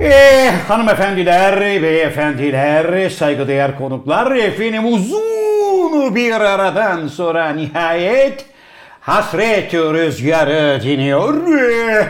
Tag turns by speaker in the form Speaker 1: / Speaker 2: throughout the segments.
Speaker 1: Ee, hanımefendiler, beyefendiler, saygıdeğer konuklar, efendim uzun bir aradan sonra nihayet hasret rüzgarı diniyor. Ee,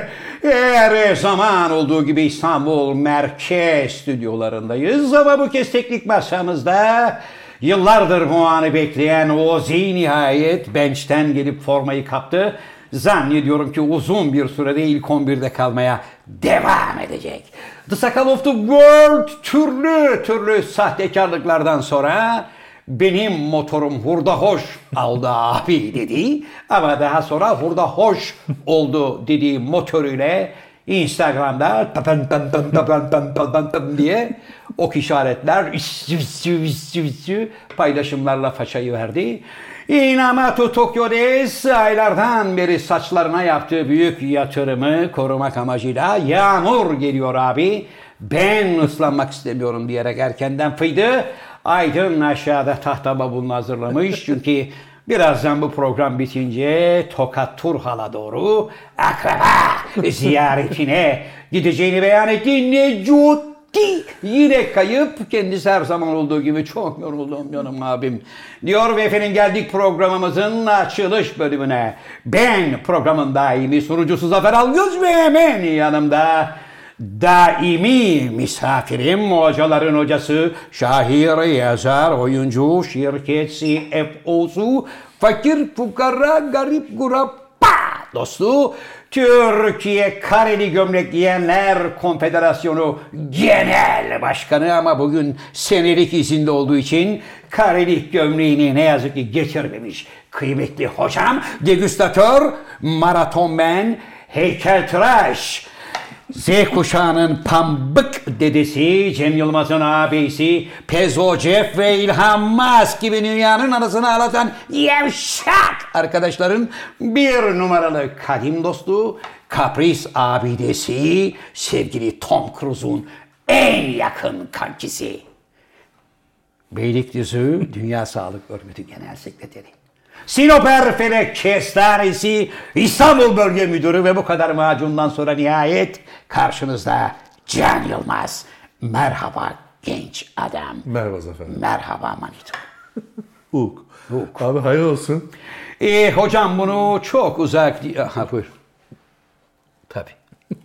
Speaker 1: Her zaman olduğu gibi İstanbul Merkez stüdyolarındayız ama bu kez teknik masamızda yıllardır bu anı bekleyen Ozi nihayet bench'ten gelip formayı kaptı. Zannediyorum ki uzun bir sürede ilk 11'de kalmaya devam edecek. The Sakal of the World türlü türlü sahtekarlıklardan sonra benim motorum hurda hoş aldı abi dedi. Ama daha sonra hurda hoş oldu dediği motoruyla Instagram'da tapan tan tan tapan tan tan tan tan diye ok işaretler üs, üs, üs, üs, üs paylaşımlarla façayı verdi. Inamatu Tokyo Des aylardan beri saçlarına yaptığı büyük yatırımı korumak amacıyla yağmur geliyor abi. Ben ıslanmak istemiyorum diyerek erkenden fıydı. Aydın aşağıda tahta babulunu hazırlamış çünkü Birazdan bu program bitince Tokat Turhal'a doğru akraba ziyaretine gideceğini beyan etti. Necuti yine kayıp. Kendisi her zaman olduğu gibi çok yoruldum canım abim. Diyor ve efendim geldik programımızın açılış bölümüne. Ben programın daimi sunucusu Zafer Algöz ve hemen yanımda daimi misafirim hocaların hocası, şair, yazar, oyuncu, şirket CFO'su, fakir, fukara, garip, gurapa dostu, Türkiye Kareli Gömlek Giyenler Konfederasyonu Genel Başkanı ama bugün senelik izinde olduğu için Kareli gömleğini ne yazık ki geçirmemiş kıymetli hocam, degüstatör, maratonmen, heykeltıraş, Z kuşağının pambık dedesi, Cem Yılmaz'ın abisi, Pezo Jeff ve İlhan Mas gibi dünyanın anasını ağlatan yavşak arkadaşların bir numaralı kadim dostu, kapris abidesi, sevgili Tom Cruise'un en yakın kankisi. Beylikdüzü Dünya Sağlık Örgütü Genel Sekreteri. Sinop Erfelek Kestanesi İstanbul Bölge Müdürü ve bu kadar macundan sonra nihayet karşınızda Can Yılmaz. Merhaba genç adam.
Speaker 2: Merhaba Zafer.
Speaker 1: Merhaba Manito.
Speaker 2: Uk. Abi hayır olsun.
Speaker 1: Ee, hocam bunu çok uzak... di- Aha buyur. Tabii.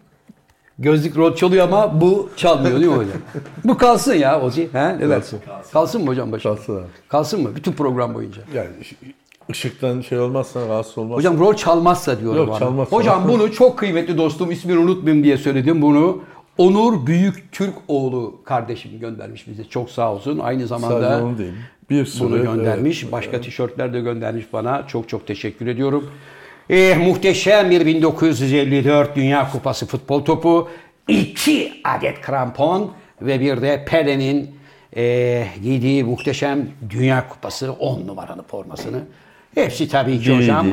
Speaker 1: Gözlük rol çalıyor ama bu çalmıyor değil mi hocam? Bu kalsın ya Ozi. He? Ne dersin? Kalsın mı hocam başım?
Speaker 2: Kalsın abi.
Speaker 1: Kalsın mı? Bütün program boyunca.
Speaker 2: Yani ış- ışıktan şey olmazsan rahatsız olmaz.
Speaker 1: Hocam rol çalmazsa diyorum.
Speaker 2: Yok,
Speaker 1: bana.
Speaker 2: çalmaz.
Speaker 1: Hocam bunu çok kıymetli dostum ismini unutmayayım diye söyledim bunu. Onur Büyük Türk oğlu kardeşim göndermiş bize. Çok sağ olsun. Aynı
Speaker 2: Sadece
Speaker 1: zamanda
Speaker 2: onu diyeyim. Bir sürü e,
Speaker 1: bunu göndermiş.
Speaker 2: evet,
Speaker 1: Başka tişörtler de göndermiş bana. Çok çok teşekkür ediyorum. Eh, muhteşem bir 1954 Dünya Kupası futbol topu. iki adet krampon ve bir de Pele'nin eh, giydiği muhteşem Dünya Kupası 10 numaralı formasını. Hepsi tabii ki
Speaker 2: DVD.
Speaker 1: hocam.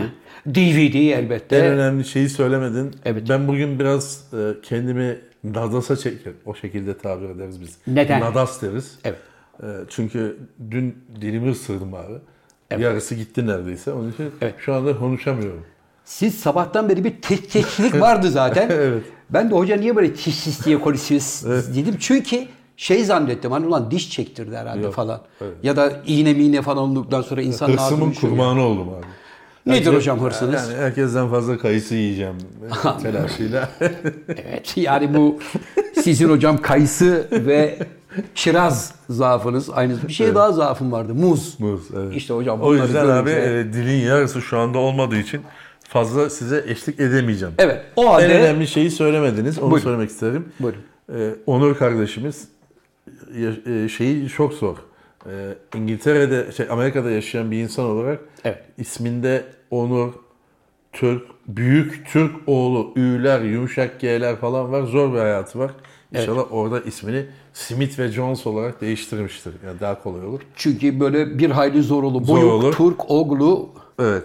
Speaker 1: DVD elbette.
Speaker 2: En önemli şeyi söylemedin.
Speaker 1: Evet.
Speaker 2: Ben bugün biraz e, kendimi nadasa çekerim. O şekilde tabir ederiz biz.
Speaker 1: Neden?
Speaker 2: Nadas deriz.
Speaker 1: Evet.
Speaker 2: E, Çünkü dün dilimi ısırdım abi. Yarısı gitti neredeyse. Onun için
Speaker 1: Evet.
Speaker 2: şu anda konuşamıyorum.
Speaker 1: Siz sabahtan beri bir tekeçlik vardı zaten.
Speaker 2: Evet.
Speaker 1: Ben de hoca niye böyle tişsiz diye konuşuyoruz dedim. Çünkü şey zannettim hani ulan diş çektirdi herhalde
Speaker 2: Yok,
Speaker 1: falan.
Speaker 2: evet.
Speaker 1: Ya da iğne miğne falan olduktan sonra insan
Speaker 2: Hırsımın kurbanı oldum abi.
Speaker 1: Nedir
Speaker 2: Herkes-
Speaker 1: hocam hırsınız?
Speaker 2: Yani herkesten fazla kayısı yiyeceğim e, telaşıyla.
Speaker 1: Evet yani bu sizin hocam kayısı ve kiraz zaafınız aynı. Bir şey daha zaafım vardı muz.
Speaker 2: Muz, evet.
Speaker 1: İşte hocam
Speaker 2: O
Speaker 1: bunları
Speaker 2: yüzden abi
Speaker 1: görünce-
Speaker 2: e, dilin yarısı şu anda olmadığı için fazla size eşlik edemeyeceğim.
Speaker 1: Evet o
Speaker 2: En
Speaker 1: halde
Speaker 2: önemli şeyi söylemediniz. Onu
Speaker 1: Buyurun.
Speaker 2: söylemek isterim.
Speaker 1: Buyurun.
Speaker 2: E, Onur kardeşimiz ya- e, şeyi çok zor. E, İngiltere'de, şey, Amerika'da yaşayan bir insan olarak
Speaker 1: Evet.
Speaker 2: isminde Onur, Türk, Büyük Türk oğlu, Ü'ler, yumuşak G'ler falan var. Zor bir hayatı var. İnşallah orada ismini Smith ve Jones olarak değiştirmiştir. Yani daha kolay olur.
Speaker 1: çünkü böyle bir hayli zor olur.
Speaker 2: Zor
Speaker 1: Boyuk,
Speaker 2: olur.
Speaker 1: Turk, Oglu
Speaker 2: Evet.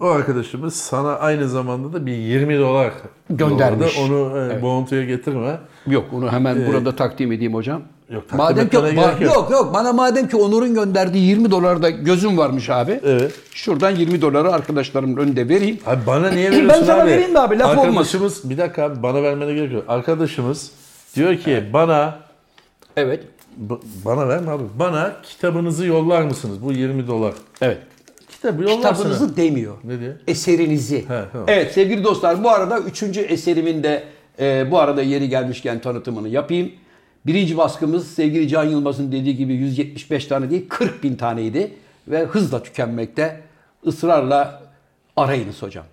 Speaker 2: O arkadaşımız sana aynı zamanda da bir 20 dolar
Speaker 1: Göndermiş.
Speaker 2: yolladı. Onu e, Bounty'ye getirme.
Speaker 1: Yok onu hemen burada takdim edeyim hocam.
Speaker 2: Ee, Yok, takdim
Speaker 1: madem ki
Speaker 2: etmene
Speaker 1: ba- yok.
Speaker 2: gerek yok.
Speaker 1: yok bana madem ki Onur'un gönderdiği 20 dolarda gözüm varmış abi.
Speaker 2: Evet.
Speaker 1: Şuradan 20 doları arkadaşlarımın önünde vereyim.
Speaker 2: Abi bana niye
Speaker 1: Ben
Speaker 2: veriyorsun
Speaker 1: sana
Speaker 2: abi?
Speaker 1: vereyim de abi, laf olmaz.
Speaker 2: Arkadaşımız bir dakika abi bana vermene gerek yok. Arkadaşımız Diyor ki bana
Speaker 1: Evet.
Speaker 2: b- bana verme abi. Bana kitabınızı yollar mısınız? Bu 20 dolar.
Speaker 1: Evet.
Speaker 2: Kitabı yollarsana.
Speaker 1: Kitabınızı demiyor.
Speaker 2: Ne diyor?
Speaker 1: Eserinizi.
Speaker 2: He, tamam.
Speaker 1: Evet sevgili dostlar bu arada üçüncü eserimin de e, bu arada yeri gelmişken tanıtımını yapayım. Birinci baskımız sevgili Can Yılmaz'ın dediği gibi 175 tane değil 40 bin taneydi. Ve hızla tükenmekte. Israrla arayınız hocam.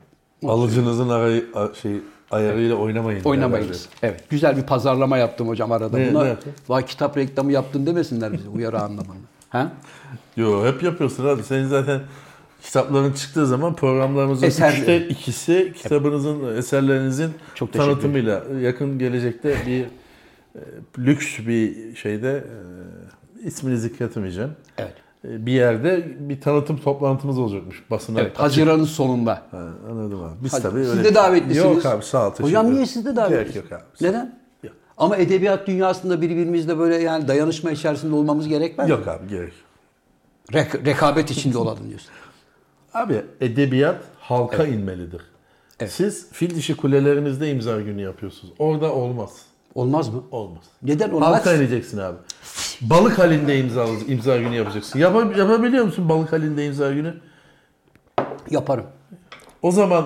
Speaker 2: Alıcınızın arayı, a- şey, ayarıyla oynamayın.
Speaker 1: Oynamayınız. Evet. Güzel bir pazarlama yaptım hocam arada.
Speaker 2: Ne-
Speaker 1: Buna,
Speaker 2: ne yaptın?
Speaker 1: Vay kitap reklamı yaptın demesinler bize uyarı anlamında. Ha?
Speaker 2: Yo hep yapıyorsun abi. Senin zaten kitapların çıktığı zaman programlarımızın
Speaker 1: Eser-
Speaker 2: üçte ikisi kitabınızın, eserlerinizin
Speaker 1: Çok teşekkür
Speaker 2: tanıtımıyla yakın gelecekte bir e, lüks bir şeyde e, ismini zikretmeyeceğim.
Speaker 1: Evet.
Speaker 2: E, bir yerde bir tanıtım toplantımız olacakmış basına.
Speaker 1: Evet. Haziran'ın sonunda.
Speaker 2: Ha, anladım abi. Biz
Speaker 1: Hadi.
Speaker 2: tabii
Speaker 1: Siz
Speaker 2: öyle-
Speaker 1: de davetlisiniz.
Speaker 2: Yok abi sağ ol. teşekkür
Speaker 1: Hocam niye
Speaker 2: ederim.
Speaker 1: siz de
Speaker 2: Gerek
Speaker 1: davetlisiniz?
Speaker 2: yok abi. sağ ol.
Speaker 1: Neden? Ama edebiyat dünyasında birbirimizle böyle yani dayanışma içerisinde olmamız gerekmez mi?
Speaker 2: Yok abi gerek yok.
Speaker 1: Rek- rekabet içinde olalım diyorsun.
Speaker 2: Abi edebiyat halka inmelidir.
Speaker 1: Evet.
Speaker 2: Siz fil dişi kulelerinizde imza günü yapıyorsunuz. Orada olmaz.
Speaker 1: Olmaz mı?
Speaker 2: Olmaz.
Speaker 1: Neden olmaz?
Speaker 2: Halka ineceksin abi. Balık halinde imza, imza günü yapacaksın. Yapa- yapabiliyor musun balık halinde imza günü?
Speaker 1: Yaparım.
Speaker 2: O zaman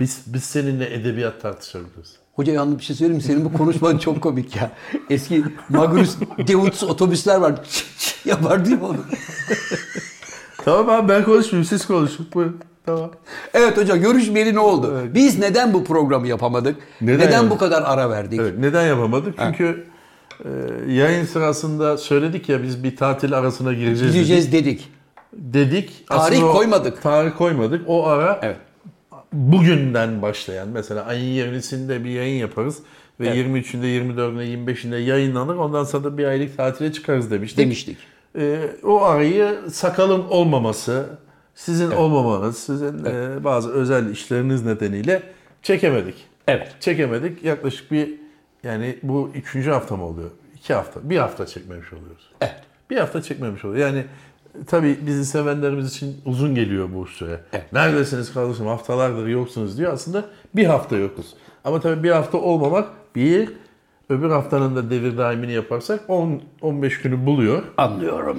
Speaker 2: biz biz seninle edebiyat tartışabiliriz.
Speaker 1: Hoca yalnız bir şey söyleyeyim mi? Senin bu konuşman çok komik ya. Eski Magnus Deutz otobüsler vardı. Yapar değil mi onu?
Speaker 2: Tamam abi ben konuşmayayım siz konuşun. Buyurun. Tamam.
Speaker 1: Evet hocam görüşmeyeli ne oldu? Biz neden bu programı yapamadık?
Speaker 2: Neden
Speaker 1: Neden, bu
Speaker 2: yapamadık?
Speaker 1: kadar ara verdik?
Speaker 2: Evet, neden yapamadık? Çünkü e, yayın sırasında söyledik ya biz bir tatil arasına gireceğiz. dedik.
Speaker 1: Gideceğiz dedik.
Speaker 2: dedik.
Speaker 1: Tarih
Speaker 2: Aslında o-
Speaker 1: koymadık.
Speaker 2: Tarih koymadık. O ara
Speaker 1: Evet.
Speaker 2: bugünden başlayan mesela ayın 20'sinde bir yayın yaparız ve
Speaker 1: Evet.
Speaker 2: 23'ünde, 24'ünde, 25'inde yayınlanır. Ondan sonra da bir aylık tatile çıkarız demiştik.
Speaker 1: Demiştik.
Speaker 2: Ee, o arayı sakalın olmaması, sizin olmamanız, sizin e, bazı özel işleriniz nedeniyle çekemedik.
Speaker 1: Evet.
Speaker 2: Çekemedik. Yaklaşık bir yani bu üçüncü hafta mı oluyor? İki hafta. Bir hafta çekmemiş oluyoruz.
Speaker 1: Evet.
Speaker 2: Bir hafta çekmemiş oluyor. Yani e, tabii bizi sevenlerimiz için uzun geliyor bu süre.
Speaker 1: Evet.
Speaker 2: Neredesiniz kardeşim haftalardır yoksunuz diyor. Aslında bir hafta yokuz. Ama tabii bir hafta olmamak bir, öbür haftanın da devir daimini yaparsak 10-15 günü buluyor.
Speaker 1: Anlıyorum.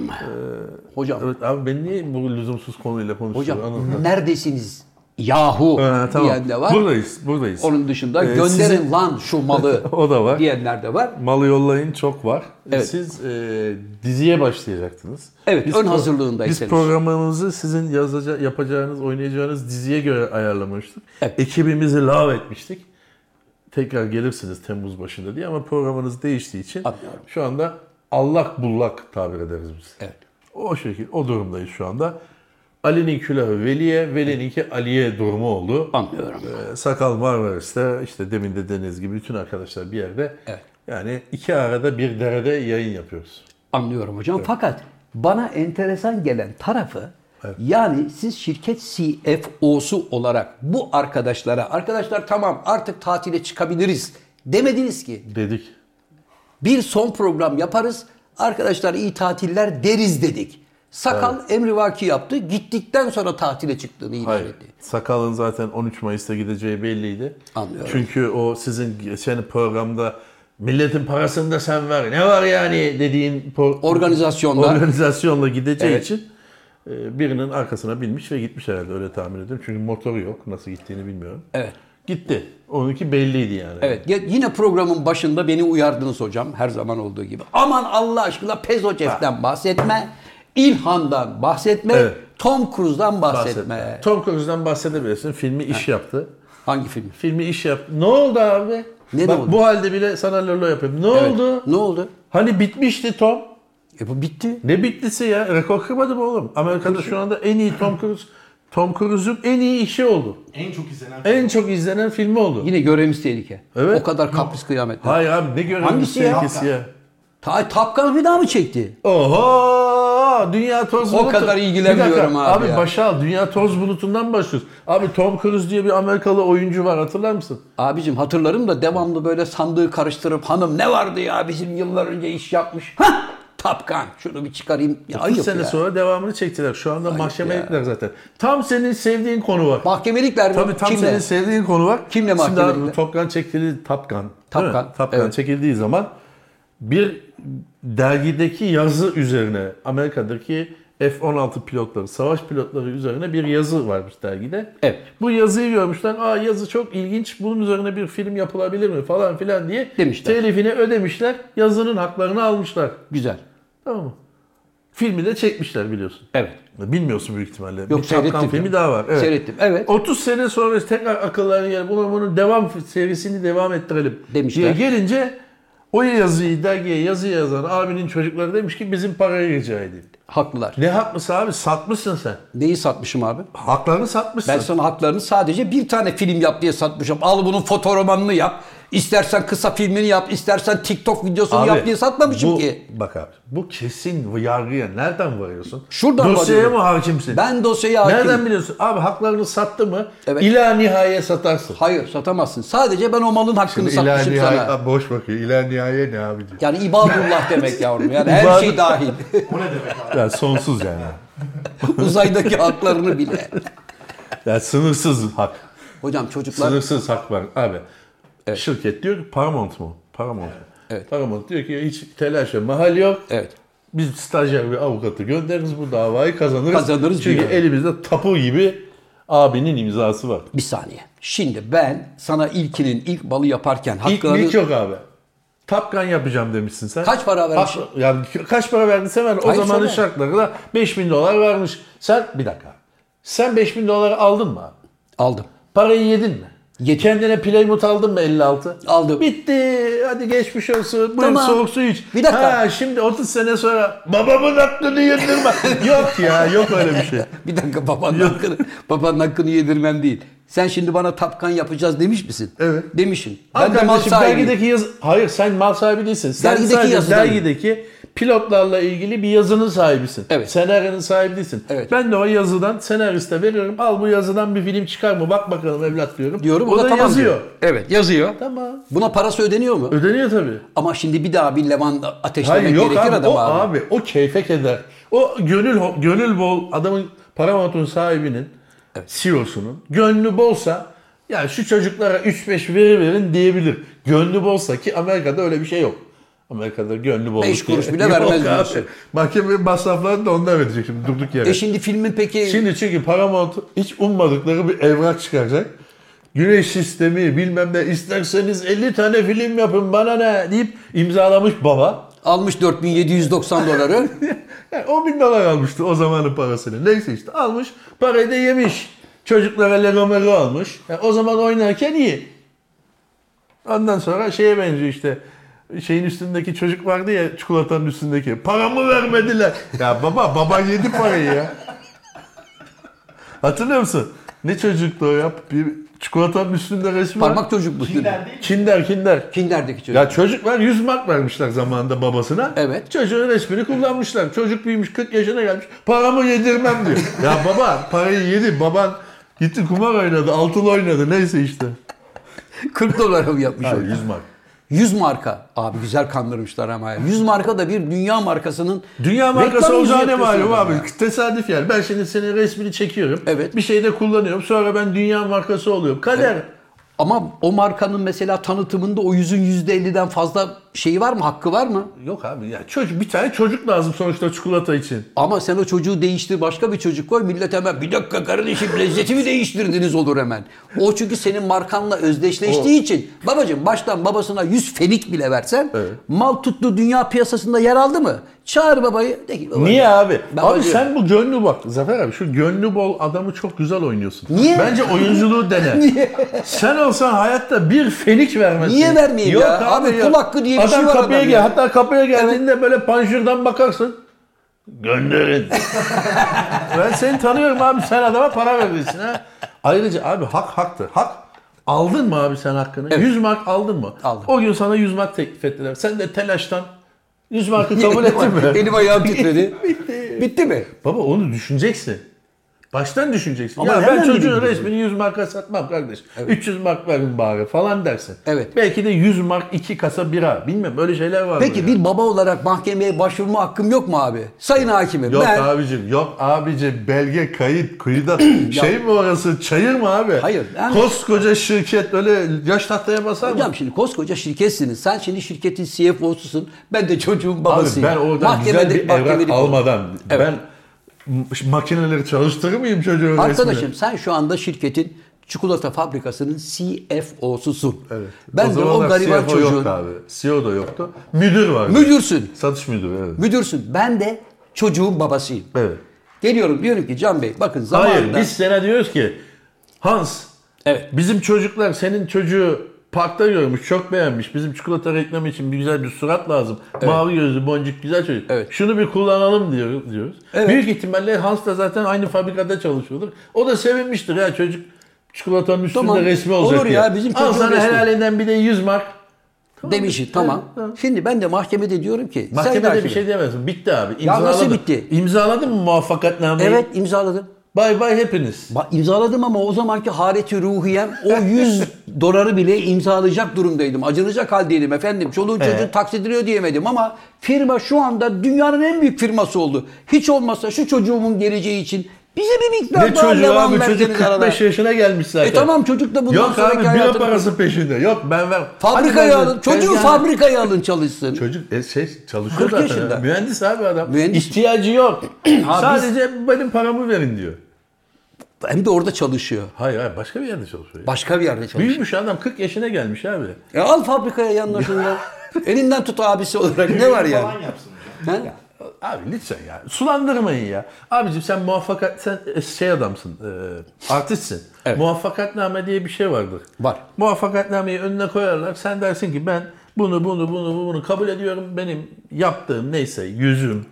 Speaker 1: hocam,
Speaker 2: Ee, Evet abi ben niye bu lüzumsuz konuyla
Speaker 1: hocam
Speaker 2: konuşuyorum? Anladım.
Speaker 1: neredesiniz? Yahu
Speaker 2: Ha, tamam.
Speaker 1: diyen de var.
Speaker 2: Buradayız, buradayız.
Speaker 1: Onun dışında
Speaker 2: Ee,
Speaker 1: gönderin
Speaker 2: sizin-
Speaker 1: lan şu malı
Speaker 2: O da var.
Speaker 1: diyenler de var.
Speaker 2: Malı yollayın çok var.
Speaker 1: Evet.
Speaker 2: Siz e, diziye başlayacaktınız.
Speaker 1: Evet, ön
Speaker 2: pro-
Speaker 1: hazırlığındaysanız.
Speaker 2: Biz programımızı sizin yazaca- yapacağınız, oynayacağınız diziye göre ayarlamıştık.
Speaker 1: Evet.
Speaker 2: Ekibimizi lav etmiştik. Tekrar gelirsiniz Temmuz başında diye ama programınız değiştiği için
Speaker 1: Anlıyorum.
Speaker 2: şu anda allak bullak tabir ederiz biz.
Speaker 1: Evet.
Speaker 2: O şekil, o durumdayız şu anda. Ali'nin külahı Veli'ye, Veli'ninki Ali'ye durumu oldu.
Speaker 1: Anlıyorum.
Speaker 2: Ee, Sakal Marmaris'te işte demin dediğiniz gibi bütün arkadaşlar bir yerde.
Speaker 1: Evet.
Speaker 2: Yani iki arada bir derede yayın yapıyoruz.
Speaker 1: Anlıyorum hocam. Fakat bana enteresan gelen tarafı yani siz şirket CFO'su olarak bu arkadaşlara arkadaşlar tamam artık tatile çıkabiliriz demediniz ki.
Speaker 2: Dedik.
Speaker 1: Bir son program yaparız. Arkadaşlar iyi tatiller deriz dedik. Sakal emrivaki yaptı. Gittikten sonra tatile çıktığını ilan
Speaker 2: Hayır.
Speaker 1: etti.
Speaker 2: Sakal'ın zaten 13 Mayıs'ta gideceği belliydi.
Speaker 1: Anlıyorum.
Speaker 2: Çünkü o sizin geçen programda milletin parasını da sen ver. Ne var yani dediğin pro-
Speaker 1: Organizasyonda
Speaker 2: organizasyonla gideceği
Speaker 1: Evet.
Speaker 2: için e, birinin arkasına binmiş ve gitmiş herhalde öyle tahmin ediyorum. Çünkü motoru yok. Nasıl gittiğini bilmiyorum.
Speaker 1: Evet.
Speaker 2: Gitti. Onunki belliydi yani.
Speaker 1: Evet ge- yine programın başında beni uyardınız hocam her zaman olduğu gibi. Aman Allah aşkına Pezoçev'den bahsetme. İlhan'dan bahsetme.
Speaker 2: Evet.
Speaker 1: Tom Cruise'dan bahsetme.
Speaker 2: Bahsetme. Tom Cruise'dan bahsedebilirsin. Filmi iş yaptı.
Speaker 1: Hangi film?
Speaker 2: Filmi iş yaptı. Ne oldu abi?
Speaker 1: Ne
Speaker 2: Bak
Speaker 1: oldu?
Speaker 2: bu halde bile sana lolo yapıyorum. Ne
Speaker 1: Evet.
Speaker 2: oldu?
Speaker 1: Ne oldu?
Speaker 2: Hani bitmişti Tom.
Speaker 1: E bu bitti.
Speaker 2: Ne bitlisi ya? Rekor kırmadı mı oğlum? Amerika'da şu anda en iyi Tom Cruise Tom Cruise'un en iyi işi oldu.
Speaker 3: En çok izlenen film.
Speaker 2: En çok izlenen filmi oldu.
Speaker 1: Yine görevimiz tehlike.
Speaker 2: Evet.
Speaker 1: O kadar kapris kıyametler.
Speaker 2: Hayır abi ne görüyorsun
Speaker 1: Hangisi ya?
Speaker 2: sevgisi ya?
Speaker 1: Ta Top Gun bir daha mı çekti?
Speaker 2: Oho! Dünya toz bulutu.
Speaker 1: O kadar ilgilenmiyorum
Speaker 2: Bir dakika,
Speaker 1: abi
Speaker 2: Abi
Speaker 1: ya.
Speaker 2: Başal, Dünya toz bulutundan başlıyoruz. Abi Tom Cruise diye bir Amerikalı oyuncu var hatırlar mısın?
Speaker 1: Abicim hatırlarım da devamlı böyle sandığı karıştırıp hanım ne vardı ya bizim yıllar önce iş yapmış. Hah! Top Gun. Şunu bir çıkarayım. Ya,
Speaker 2: Bir
Speaker 1: ayıp
Speaker 2: sene
Speaker 1: ya.
Speaker 2: sonra devamını çektiler. Şu anda mahkemeye
Speaker 1: ya.
Speaker 2: gittiler zaten. Tam senin sevdiğin konu var.
Speaker 1: Mahkemelikler mi?
Speaker 2: Tabii tam
Speaker 1: Kimle?
Speaker 2: senin sevdiğin konu var.
Speaker 1: Kimle
Speaker 2: Şimdi
Speaker 1: mahkemeye
Speaker 2: abi bu
Speaker 1: gittiler?
Speaker 2: Top Gun çektiği Top Gun. Değil mi?
Speaker 1: Tapkan.
Speaker 2: Tapkan
Speaker 1: Evet.
Speaker 2: çekildiği zaman bir dergideki yazı üzerine Amerika'daki F-16 pilotları, savaş pilotları üzerine bir yazı varmış dergide.
Speaker 1: Evet.
Speaker 2: Bu yazıyı görmüşler. Aa yazı çok ilginç. Bunun üzerine bir film yapılabilir mi falan filan diye
Speaker 1: Demişler.
Speaker 2: telifini ödemişler. Yazının haklarını almışlar.
Speaker 1: Güzel.
Speaker 2: Tamam mı? Filmi de çekmişler biliyorsun.
Speaker 1: Evet.
Speaker 2: Bilmiyorsun büyük ihtimalle.
Speaker 1: Yok,
Speaker 2: bir Tapkan
Speaker 1: seyrettim.
Speaker 2: filmi daha var. Evet.
Speaker 1: Seyrettim. Evet.
Speaker 2: 30 sene sonra tekrar akıllarına gelip bunun, bunun devam serisini devam ettirelim
Speaker 1: Demişler.
Speaker 2: diye gelince o yazıyı dergiye yazı yazan abinin çocukları demiş ki bizim parayı rica edin.
Speaker 1: Haklılar.
Speaker 2: Ne haklısı abi satmışsın sen.
Speaker 1: Neyi satmışım abi?
Speaker 2: Haklarını satmışsın.
Speaker 1: Ben sana haklarını sadece bir tane film yap diye satmışım. Al bunun fotoromanını yap. İstersen kısa filmini yap, istersen TikTok videosunu
Speaker 2: Abi,
Speaker 1: yap diye satmamışım
Speaker 2: bu-
Speaker 1: ki.
Speaker 2: Bak abi bu kesin yargıya nereden varıyorsun?
Speaker 1: Şuradan
Speaker 2: Dosyaya
Speaker 1: varıyorum.
Speaker 2: mı hakimsin?
Speaker 1: Ben dosyaya hakimim.
Speaker 2: Nereden biliyorsun? Abi haklarını sattı mı
Speaker 1: Evet.
Speaker 2: ila nihaye satarsın.
Speaker 1: Hayır satamazsın. Sadece ben o malın hakkını
Speaker 2: İlahi
Speaker 1: satmışım sana.
Speaker 2: nihayet Abi boş bakıyor. İlahi nihaye ne abi diyor.
Speaker 1: Yani ibadullah demek yavrum. Yani her
Speaker 2: İbad-
Speaker 1: şey dahil.
Speaker 2: Ya sonsuz yani.
Speaker 1: Uzaydaki haklarını bile.
Speaker 2: Ya sınırsız hak.
Speaker 1: Hocam çocuklar
Speaker 2: Sınırsız hak var abi. Şirket diyor ki Paramount mu? Paramount.
Speaker 1: Evet.
Speaker 2: Paramount diyor ki hiç telaş ve mahal yok.
Speaker 1: evet.
Speaker 2: Biz stajyer bir avukatı göndeririz bu davayı kazanırız.
Speaker 1: Kazanırız
Speaker 2: Çünkü
Speaker 1: diyor.
Speaker 2: elimizde tapu gibi abinin imzası var.
Speaker 1: Bir saniye. Şimdi ben sana ilkinin ilk balı yaparken
Speaker 2: İlk,
Speaker 1: haklarını...
Speaker 2: ilk yok abi. Tapkan yapacağım demişsin sen.
Speaker 1: Kaç para vermiş?
Speaker 2: Hak- yani kaç para verdinse ver. O
Speaker 1: Hayır,
Speaker 2: zamanın
Speaker 1: söyle.
Speaker 2: şartlarıyla 5000 dolar vermiş. Sen bir dakika. Sen 5000 doları aldın mı abi?
Speaker 1: Aldım.
Speaker 2: Parayı yedin mi? Kendine Playmut aldın mı 56?
Speaker 1: Aldım.
Speaker 2: Bitti. Hadi geçmiş olsun. Buyur
Speaker 1: Tamam.
Speaker 2: soğuk su iç.
Speaker 1: Bir dakika.
Speaker 2: Ha, şimdi 30 sene sonra babamın aklını yıldırma. yok ya yok öyle bir şey.
Speaker 1: Bir dakika babanın hakkını, babanın hakkını yedirmem değil. Sen şimdi bana tapkan yapacağız demiş misin?
Speaker 2: Evet.
Speaker 1: Demişsin.
Speaker 2: Abi
Speaker 1: Ben de mal
Speaker 2: kardeşim,
Speaker 1: sahibiyim.
Speaker 2: Dergideki yazı... Hayır sen mal sahibi değilsin. Sen
Speaker 1: Dergideki
Speaker 2: sadece
Speaker 1: yazıdayım.
Speaker 2: dergideki pilotlarla ilgili bir yazının sahibisin.
Speaker 1: Evet.
Speaker 2: Senaryonun sahibi değilsin.
Speaker 1: Evet.
Speaker 2: Ben de o yazıdan senariste veriyorum. Al bu yazıdan bir film çıkar mı? Bak bakalım evlat diyorum.
Speaker 1: Diyorum.
Speaker 2: O da,
Speaker 1: tamam
Speaker 2: yazıyor.
Speaker 1: diyor. Evet yazıyor.
Speaker 2: Tamam.
Speaker 1: Buna parası ödeniyor mu?
Speaker 2: Ödeniyor tabii.
Speaker 1: Ama şimdi bir daha bir levan ateşlemek
Speaker 2: Hayır yok
Speaker 1: gerekir
Speaker 2: abi,
Speaker 1: adam
Speaker 2: o
Speaker 1: abi. E
Speaker 2: abi. o keyfe keder. O gönül ho- gönül bol adamın Paramount'un sahibinin CEO'sunun gönlü bolsa ya şu çocuklara 3-5 veri verin diyebilir. Gönlü bolsa ki Amerika'da öyle bir şey yok. Amerika'da gönlü bol.
Speaker 1: Beş kuruş bile vermez şey. diyorsun.
Speaker 2: Mahkeme masraflarını da onlar verecek şimdi durduk yere.
Speaker 1: E şimdi filmin peki
Speaker 2: Şimdi çünkü Paramount hiç ummadıkları bir evrak çıkaracak. Güneş sistemi bilmem ne isterseniz 50 tane film yapın bana ne deyip imzalamış baba.
Speaker 1: almış 4790 doları.
Speaker 2: Yani 10 bin dolar almıştı o zamanın parasını. Neyse işte almış parayı da yemiş. Çocuklara Lego Mego almış. Yani o zaman oynarken iyi. Ondan sonra şeye benziyor işte şeyin üstündeki çocuk vardı ya çikolatanın üstündeki. Paramı vermediler. Ya baba baba yedi parayı ya. Hatırlıyor musun? Ne çocuktu o ya? Bir çikolatanın üstünde resmi var.
Speaker 1: Parmak çocuk bu.
Speaker 2: Kinder kinder.
Speaker 1: Kinderdeki çocuk.
Speaker 2: Ya çocuklar 100 mark vermişler zamanında babasına.
Speaker 1: Evet.
Speaker 2: Çocuğun resmini kullanmışlar. Çocuk büyümüş 40 yaşına gelmiş. Paramı yedirmem diyor. ya baba parayı yedi. Baban gitti kumar oynadı. Altılı oynadı. Neyse işte.
Speaker 1: 40 dolara mı yapmış
Speaker 2: Ya
Speaker 1: o?
Speaker 2: 100 mark.
Speaker 1: 100 marka. Abi güzel kandırmışlar ama ya. 100 marka da bir dünya markasının
Speaker 2: Dünya
Speaker 1: reklam yüzü
Speaker 2: markası olacağı ne
Speaker 1: yapıyorsun
Speaker 2: malum
Speaker 1: adam
Speaker 2: abi.
Speaker 1: ya.
Speaker 2: Tesadüf yani. Ben şimdi senin resmini çekiyorum.
Speaker 1: Evet.
Speaker 2: Bir şeyde kullanıyorum. Sonra ben dünya markası oluyorum. Kader.
Speaker 1: Ama o markanın mesela tanıtımında o yüzün %50'den fazla şeyi var mı? Hakkı var mı?
Speaker 2: Yok abi ya çocuk bir tane çocuk lazım sonuçta çikolata için.
Speaker 1: Ama sen o çocuğu değiştir başka bir çocuk koy millet hemen bir dakika kardeşim lezzetimi değiştirdiniz olur hemen. O çünkü senin markanla özdeşleştiği için babacığım baştan babasına 100 fenik bile versen
Speaker 2: Evet.
Speaker 1: mal tuttu dünya piyasasında yer aldı mı? Çağır babayı de ki "Babacığım,
Speaker 2: Niye abi?
Speaker 1: ben
Speaker 2: abi
Speaker 1: acıyorum."
Speaker 2: sen bu gönlü bak Zafer abi şu gönlü bol adamı çok güzel oynuyorsun.
Speaker 1: Niye?
Speaker 2: Bence oyunculuğu dene. Sen olsan hayatta bir fenik vermezsin.
Speaker 1: Niye vermeyeyim ya? Abi kul hakkı diye bir
Speaker 2: adam
Speaker 1: şey var
Speaker 2: kapıya
Speaker 1: adam
Speaker 2: gel.
Speaker 1: ya.
Speaker 2: Hatta kapıya geldiğinde böyle panjurdan bakarsın. Gönderin. ben seni tanıyorum abi sen adama para verirsin ha. Ayrıca abi hak haktır. Hak aldın mı abi sen hakkını? 100 mark aldın mı?
Speaker 1: Aldım.
Speaker 2: O gün sana 100 mark teklif ettiler. Sen de telaştan 100 markı kabul ettin mi?
Speaker 1: Elim ayağım titredi. Bitti mi?
Speaker 2: Baba onu düşüneceksin. Baştan düşüneceksin.
Speaker 1: Ama
Speaker 2: ya
Speaker 1: hemen
Speaker 2: ben çocuğun
Speaker 1: düşüneceksin.
Speaker 2: resmini 100 marka satmam kardeş. 300 mark verin bari falan dersin.
Speaker 1: Evet.
Speaker 2: Belki de 100 mark 2 kasa bira. Bilmem böyle şeyler var.
Speaker 1: Peki
Speaker 2: mı
Speaker 1: bir baba olarak mahkemeye başvurma hakkım yok mu abi? Sayın hakimim
Speaker 2: Yok
Speaker 1: ben
Speaker 2: abicim, yok abicim belge kayıt kıyıda şey mi orası çayır mı abi?
Speaker 1: Hayır, yani-
Speaker 2: Koskoca şirket böyle yaş tahtaya basar mı?
Speaker 1: Hocam şimdi koskoca şirketsiniz. Sen şimdi şirketin CFO'susun. Ben de çocuğun
Speaker 2: Abi
Speaker 1: babasıyım.
Speaker 2: ben oradan
Speaker 1: Mahkemede-
Speaker 2: güzel bir evrak
Speaker 1: mahkemelik-
Speaker 2: almadan
Speaker 1: Evet.
Speaker 2: ben m- makineleri çalıştırır mıyım çocuğun resmini?
Speaker 1: Arkadaşım sen şu anda şirketin çikolata fabrikasının CFO'susun.
Speaker 2: Evet.
Speaker 1: Ben de o
Speaker 2: zamanlar
Speaker 1: gariban
Speaker 2: CFO
Speaker 1: çocuğun
Speaker 2: yoktu abi. CEO da yoktu. Müdür vardı.
Speaker 1: müdürsün.
Speaker 2: Satış müdürü evet.
Speaker 1: Müdürsün. Ben de çocuğun babasıyım.
Speaker 2: Evet.
Speaker 1: Geliyorum diyorum ki Can Bey bakın zamanında
Speaker 2: Hayır biz sana diyoruz ki Hans
Speaker 1: Evet.
Speaker 2: bizim çocuklar senin çocuğu parkta görmüş çok beğenmiş. Bizim çikolata reklamı için bir güzel bir surat lazım. Mavi gözlü boncuk güzel çocuk.
Speaker 1: Evet.
Speaker 2: Şunu bir kullanalım diyoruz. diyoruz.
Speaker 1: Evet.
Speaker 2: Büyük ihtimalle Hans da zaten aynı fabrikada çalışıyordur. O da sevinmiştir ya çocuk çikolatanın üstünde
Speaker 1: Tamam.
Speaker 2: resmi olacak
Speaker 1: Olur
Speaker 2: diye.
Speaker 1: ya, bizim
Speaker 2: Al
Speaker 1: çocuğun
Speaker 2: sana
Speaker 1: resmi.
Speaker 2: helalinden bir de 100 mark.
Speaker 1: demişim tamam. Şimdi ben de mahkemede diyorum ki Sayın
Speaker 2: Mahkemede bir
Speaker 1: Hakimim,
Speaker 2: şey diyemezsin. Bitti abi.
Speaker 1: Ya
Speaker 2: İmzaladın.
Speaker 1: nasıl bitti?
Speaker 2: İmzaladın mı muvaffakatnameyi?
Speaker 1: Evet imzaladım.
Speaker 2: Bay bay hepiniz.
Speaker 1: Ba- İmzaladım ama o zamanki hareti ruhiyem o 100 doları bile imzalayacak durumdaydım. Acınacak haldeydim efendim. Çoluğun çocuğun
Speaker 2: Evet.
Speaker 1: taksidiliyor diyemedim ama firma şu anda dünyanın en büyük firması oldu. Hiç olmazsa şu çocuğumun geleceği için bize bir miktar
Speaker 2: Ne
Speaker 1: daha
Speaker 2: çocuğu
Speaker 1: devam
Speaker 2: abi çocuk
Speaker 1: verseniz
Speaker 2: 45
Speaker 1: arada.
Speaker 2: yaşına gelmiş zaten.
Speaker 1: E tamam çocuk da bundan
Speaker 2: Yok
Speaker 1: sonraki
Speaker 2: abi bira
Speaker 1: hayatını-
Speaker 2: parası peşinde. Yok ben ver.
Speaker 1: Fabrikaya
Speaker 2: Hadi ben-
Speaker 1: alın. Çocuğu
Speaker 2: Tezgahına-
Speaker 1: fabrikaya alın çalışsın.
Speaker 2: Çocuk e, şey
Speaker 1: 40
Speaker 2: çalışıyor zaten.
Speaker 1: yaşında.
Speaker 2: Mühendis abi adam.
Speaker 1: Mühendis.
Speaker 2: İhtiyacı yok. Sadece benim paramı verin diyor.
Speaker 1: Hem de orada çalışıyor.
Speaker 2: Hayır hayır başka bir yerde çalışıyor.
Speaker 1: Başka bir yerde çalışıyor.
Speaker 2: Büyümüş adam 40 yaşına gelmiş abi.
Speaker 1: E al fabrikaya yanına şundan. Elinden tut abisi olarak ne var yani?
Speaker 4: Falan yapsın.
Speaker 1: Ha?
Speaker 2: Abi lütfen ya. Sulandırmayın ya. Abicim sen muvaffakat sen e, şey adamsın. e, artistsin.
Speaker 1: Evet.
Speaker 2: Muvaffakatname diye bir şey vardır.
Speaker 1: Var.
Speaker 2: Muvaffakatnameyi önüne koyarlar. Sen dersin ki ben bunu bunu bunu bunu kabul ediyorum. Benim yaptığım neyse yüzüm,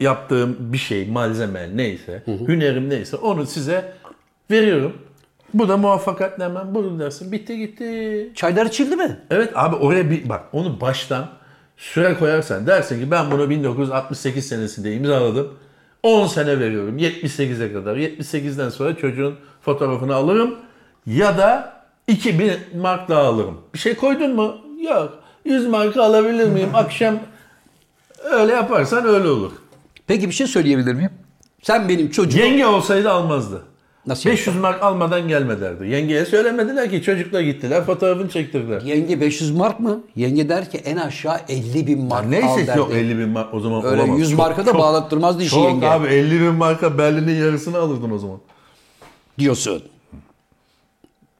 Speaker 2: yaptığım bir şey, malzeme neyse, hünerim neyse onu size veriyorum. Bu da muvaffakatnamem. Bunu dersin. Bitti gitti.
Speaker 1: Çaylar içildi mi?
Speaker 2: Evet abi oraya bir bak onu baştan süre koyarsan dersin ki ben bunu 1968 senesinde imzaladım. 10 sene veriyorum 78'e kadar. 78'den sonra çocuğun fotoğrafını alırım ya da 2000 mark daha alırım. Bir şey koydun mu? Yok. 100 marka alabilir miyim? Akşam öyle yaparsan öyle olur.
Speaker 1: Peki bir şey söyleyebilir miyim? Sen benim çocuğum.
Speaker 2: Yenge olsaydı almazdı.
Speaker 1: Nasıl
Speaker 2: 500 mark almadan gelme derdi. Yengeye söylemediler ki çocukla gittiler fotoğrafını çektirdiler.
Speaker 1: Yenge 500 mark mı? Yenge der ki en aşağı 50 bin mark al
Speaker 2: Neyse ki
Speaker 1: derdi.
Speaker 2: yok 50 bin mark o zaman
Speaker 1: Öyle
Speaker 2: olamaz.
Speaker 1: 100
Speaker 2: Çok-
Speaker 1: marka da
Speaker 2: çok-
Speaker 1: bağlattırmazdı işi
Speaker 2: Çok
Speaker 1: yenge.
Speaker 2: abi 50 bin marka Berlin'in yarısını alırdın o zaman.
Speaker 1: Diyorsun.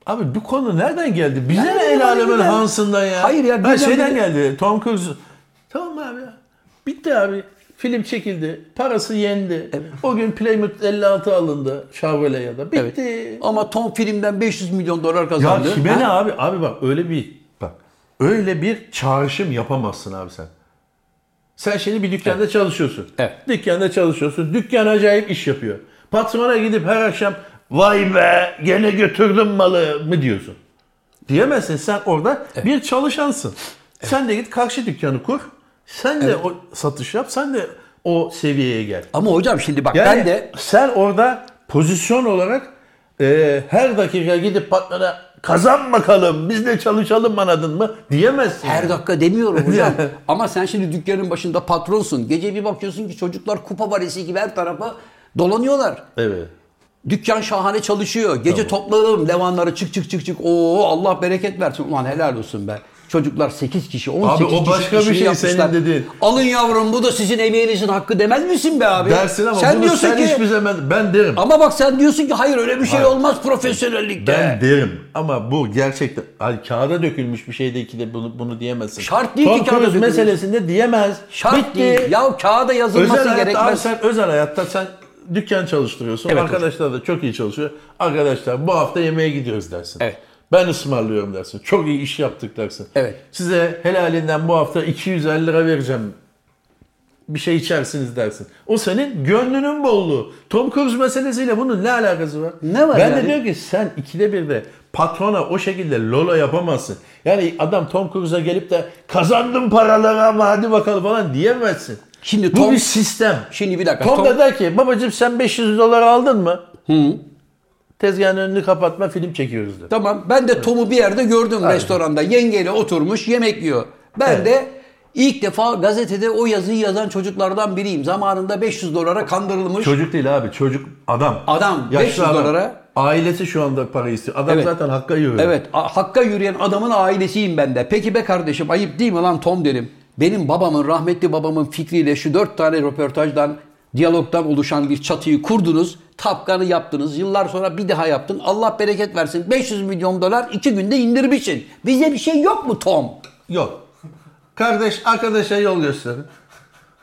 Speaker 2: Abi bu konu nereden geldi? Bize
Speaker 1: Nereden
Speaker 2: ne el alemin
Speaker 1: geldi?
Speaker 2: Hans'ından ya?
Speaker 1: Hayır ya,
Speaker 2: Ha,
Speaker 1: birden
Speaker 2: şeyden
Speaker 1: bire-
Speaker 2: geldi. Tom Cruise. Tamam abi ya. Bitti abi. Film çekildi. Parası yendi. O gün Plymouth 56 alındı. Chevrolet ya da.
Speaker 1: Evet.
Speaker 2: Bitti.
Speaker 1: Ama Tom filmden 500 milyon dolar
Speaker 2: Ya
Speaker 1: kazandı.
Speaker 2: kime
Speaker 1: Ha?
Speaker 2: ne abi? Abi bak öyle bir bak öyle bir çağrışım yapamazsın abi sen. Sen şimdi bir dükkanda çalışıyorsun.
Speaker 1: Evet.
Speaker 2: Dükkanda çalışıyorsun. Dükkan acayip iş yapıyor. Patrona gidip her akşam vay be gene götürdüm malı mı diyorsun. Diyemezsin sen orada bir çalışansın. Sen de git karşı dükkanı kur. Sen de o satış yap. Sen de o seviyeye gel.
Speaker 1: Ama hocam şimdi bak
Speaker 2: Yani
Speaker 1: ben de
Speaker 2: sen orada pozisyon olarak e, her dakika gidip patrona kazan bakalım biz de çalışalım anladın mı diyemezsin.
Speaker 1: her dakika demiyorum hocam.
Speaker 2: Yani.
Speaker 1: Ama sen şimdi dükkanın başında patronsun. Gece bir bakıyorsun ki çocuklar kupa varisi gibi her tarafa dolanıyorlar.
Speaker 2: Evet.
Speaker 1: Dükkan şahane çalışıyor. Gece topladım levanları çık çık çık çık. Oo Allah bereket versin. Ulan helal olsun be. Çocuklar 8 kişi 18
Speaker 2: Abi o
Speaker 1: kişi
Speaker 2: başka
Speaker 1: işini
Speaker 2: bir şey
Speaker 1: yapmışlar.
Speaker 2: senin dediğin.
Speaker 1: Alın yavrum bu da sizin emeğinizin hakkı demez misin be abi?
Speaker 2: Dersin ama sen bunu sen hiçbir zaman ben derim.
Speaker 1: ama bak sen diyorsun ki hayır öyle bir şey
Speaker 2: Hayır.
Speaker 1: olmaz profesyonellikte.
Speaker 2: ben derim ama bu gerçekten hani kağıda dökülmüş bir şeydeki de bunu, bunu diyemezsin.
Speaker 1: Şart değil ki
Speaker 2: Tom
Speaker 1: kağıda
Speaker 2: Cruise
Speaker 1: dökülmüş.
Speaker 2: meselesinde diyemez.
Speaker 1: Şart
Speaker 2: Bitti.
Speaker 1: değil. Ya kağıda yazılması
Speaker 2: Özel hayatta, abi
Speaker 1: gerekmez.
Speaker 2: sen özel hayatta sen dükkan çalıştırıyorsun.
Speaker 1: Evet hocam.
Speaker 2: Arkadaşlar da çok iyi çalışıyor. Arkadaşlar bu hafta yemeğe gidiyoruz dersin.
Speaker 1: Evet.
Speaker 2: Ben ısmarlıyorum dersin. Çok iyi iş yaptık dersin.
Speaker 1: Evet.
Speaker 2: Size helalinden bu hafta 250 lira vereceğim. Bir şey içersiniz dersin. O senin gönlünün bolluğu. Tom Cruise meselesiyle bunun ne alakası var?
Speaker 1: Ne var
Speaker 2: ben
Speaker 1: yani?
Speaker 2: de diyorum ki sen ikide bir de patrona o şekilde lolo yapamazsın. Yani adam Tom Cruise'a gelip de kazandım paraları ama hadi bakalım falan diyemezsin.
Speaker 1: Şimdi
Speaker 2: Bu
Speaker 1: E, Tom-
Speaker 2: bir sistem.
Speaker 1: Şimdi bir dakika.
Speaker 2: Tom,
Speaker 1: Tom-
Speaker 2: da der ki babacım sen 500 dolar aldın mı? Tezgahın önünü kapatma film çekiyoruz dedi.
Speaker 1: Tamam ben de Tom'u bir yerde gördüm restoranda. Yengeyle oturmuş yemek yiyor. Ben de ilk defa gazetede o yazıyı yazan çocuklardan biriyim. Zamanında 500 dolara kandırılmış.
Speaker 2: Çocuk değil abi çocuk adam.
Speaker 1: Adam, 500 dolara.
Speaker 2: Ailesi şu anda para istiyor. Adam
Speaker 1: Evet.
Speaker 2: zaten hakka yürüyor.
Speaker 1: Evet a- hakka yürüyen adamın ailesiyim ben de. Peki be kardeşim ayıp değil mi lan Tom derim. Benim babamın rahmetli babamın fikriyle şu dört tane röportajdan diyalogdan oluşan bir çatıyı kurdunuz. Tapkanı yaptınız. Yıllar sonra bir daha yaptın. Allah bereket versin. 500 milyon dolar iki günde indirmişsin. Bize bir şey yok mu Tom?
Speaker 2: Yok. Kardeş arkadaşa yol gösterin.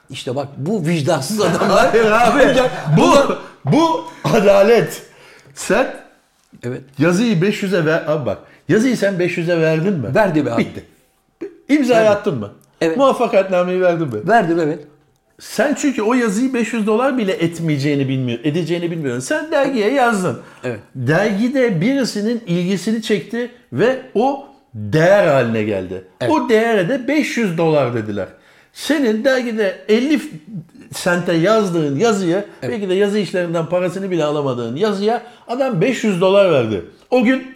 Speaker 1: İşte bak bu vicdansız adamlar.
Speaker 2: abi bu bu adalet. Sen
Speaker 1: evet.
Speaker 2: yazıyı 500'e ver abi bak. Yazıyı sen 500'e verdin mi?
Speaker 1: Verdi be abi.
Speaker 2: Bitti. İmzayı attın mı?
Speaker 1: Evet.
Speaker 2: Muvaffakatnameyi verdin mi?
Speaker 1: Verdim evet.
Speaker 2: Sen çünkü o yazıyı 500 dolar bile etmeyeceğini bilmiyor, edeceğini bilmiyorsun. Sen dergiye yazdın.
Speaker 1: Evet.
Speaker 2: Dergide birisinin ilgisini çekti ve o değer haline geldi. O değere de 500 dolar dediler. Senin dergide 50 sente yazdığın yazıya, belki de yazı işlerinden parasını bile alamadığın yazıya adam 500 dolar verdi. O gün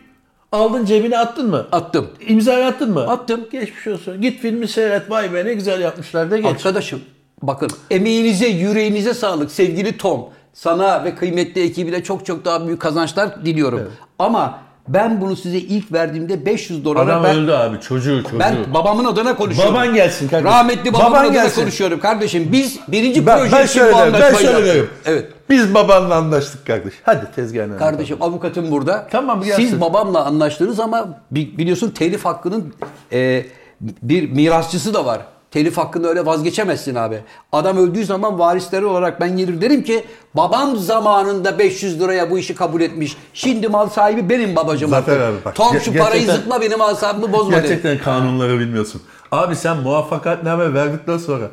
Speaker 2: aldın cebine attın mı?
Speaker 1: Attım.
Speaker 2: İmzayı attın mı?
Speaker 1: Attım.
Speaker 2: Geçmiş olsun. Git filmi seyret. Vay be ne güzel yapmışlar de geç.
Speaker 1: Arkadaşım bakın emeğinize yüreğinize sağlık sevgili Tom. Sana ve kıymetli ekibine çok çok daha büyük kazançlar diliyorum. Ama ben bunu size ilk verdiğimde 500 dolara
Speaker 2: Adam
Speaker 1: ben,
Speaker 2: öldü abi çocuğu çocuğu.
Speaker 1: ben babamın adına konuşuyorum.
Speaker 2: Baban gelsin kardeşim.
Speaker 1: Rahmetli babamın
Speaker 2: Baban
Speaker 1: adına
Speaker 2: gelsin.
Speaker 1: konuşuyorum kardeşim. Biz birinci
Speaker 2: ben,
Speaker 1: proje
Speaker 2: ben
Speaker 1: için
Speaker 2: şöyle
Speaker 1: bu
Speaker 2: derim, ben
Speaker 1: anlaşmayı
Speaker 2: şöyle
Speaker 1: yaptık.
Speaker 2: derim.
Speaker 1: Evet.
Speaker 2: Biz babanla anlaştık kardeş. Hadi tezgahın önüne.
Speaker 1: Kardeşim avukatım burada.
Speaker 2: Tamam, gelsin.
Speaker 1: Siz babamla anlaştınız ama bi- biliyorsun telif hakkının e, bir mirasçısı da var. Telif hakkını öyle vazgeçemezsin abi. Adam öldüğü zaman varisleri olarak ben gelir derim ki babam zamanında 500 liraya bu işi kabul etmiş. Şimdi mal sahibi benim babacım
Speaker 2: Zafer
Speaker 1: artık.
Speaker 2: abi bak,
Speaker 1: Tom
Speaker 2: ge-
Speaker 1: şu parayı
Speaker 2: gerçekten-
Speaker 1: zıtma benim asabımı bozma derim.
Speaker 2: Gerçekten kanunları bilmiyorsun. Abi sen muvaffakatname verdikten sonra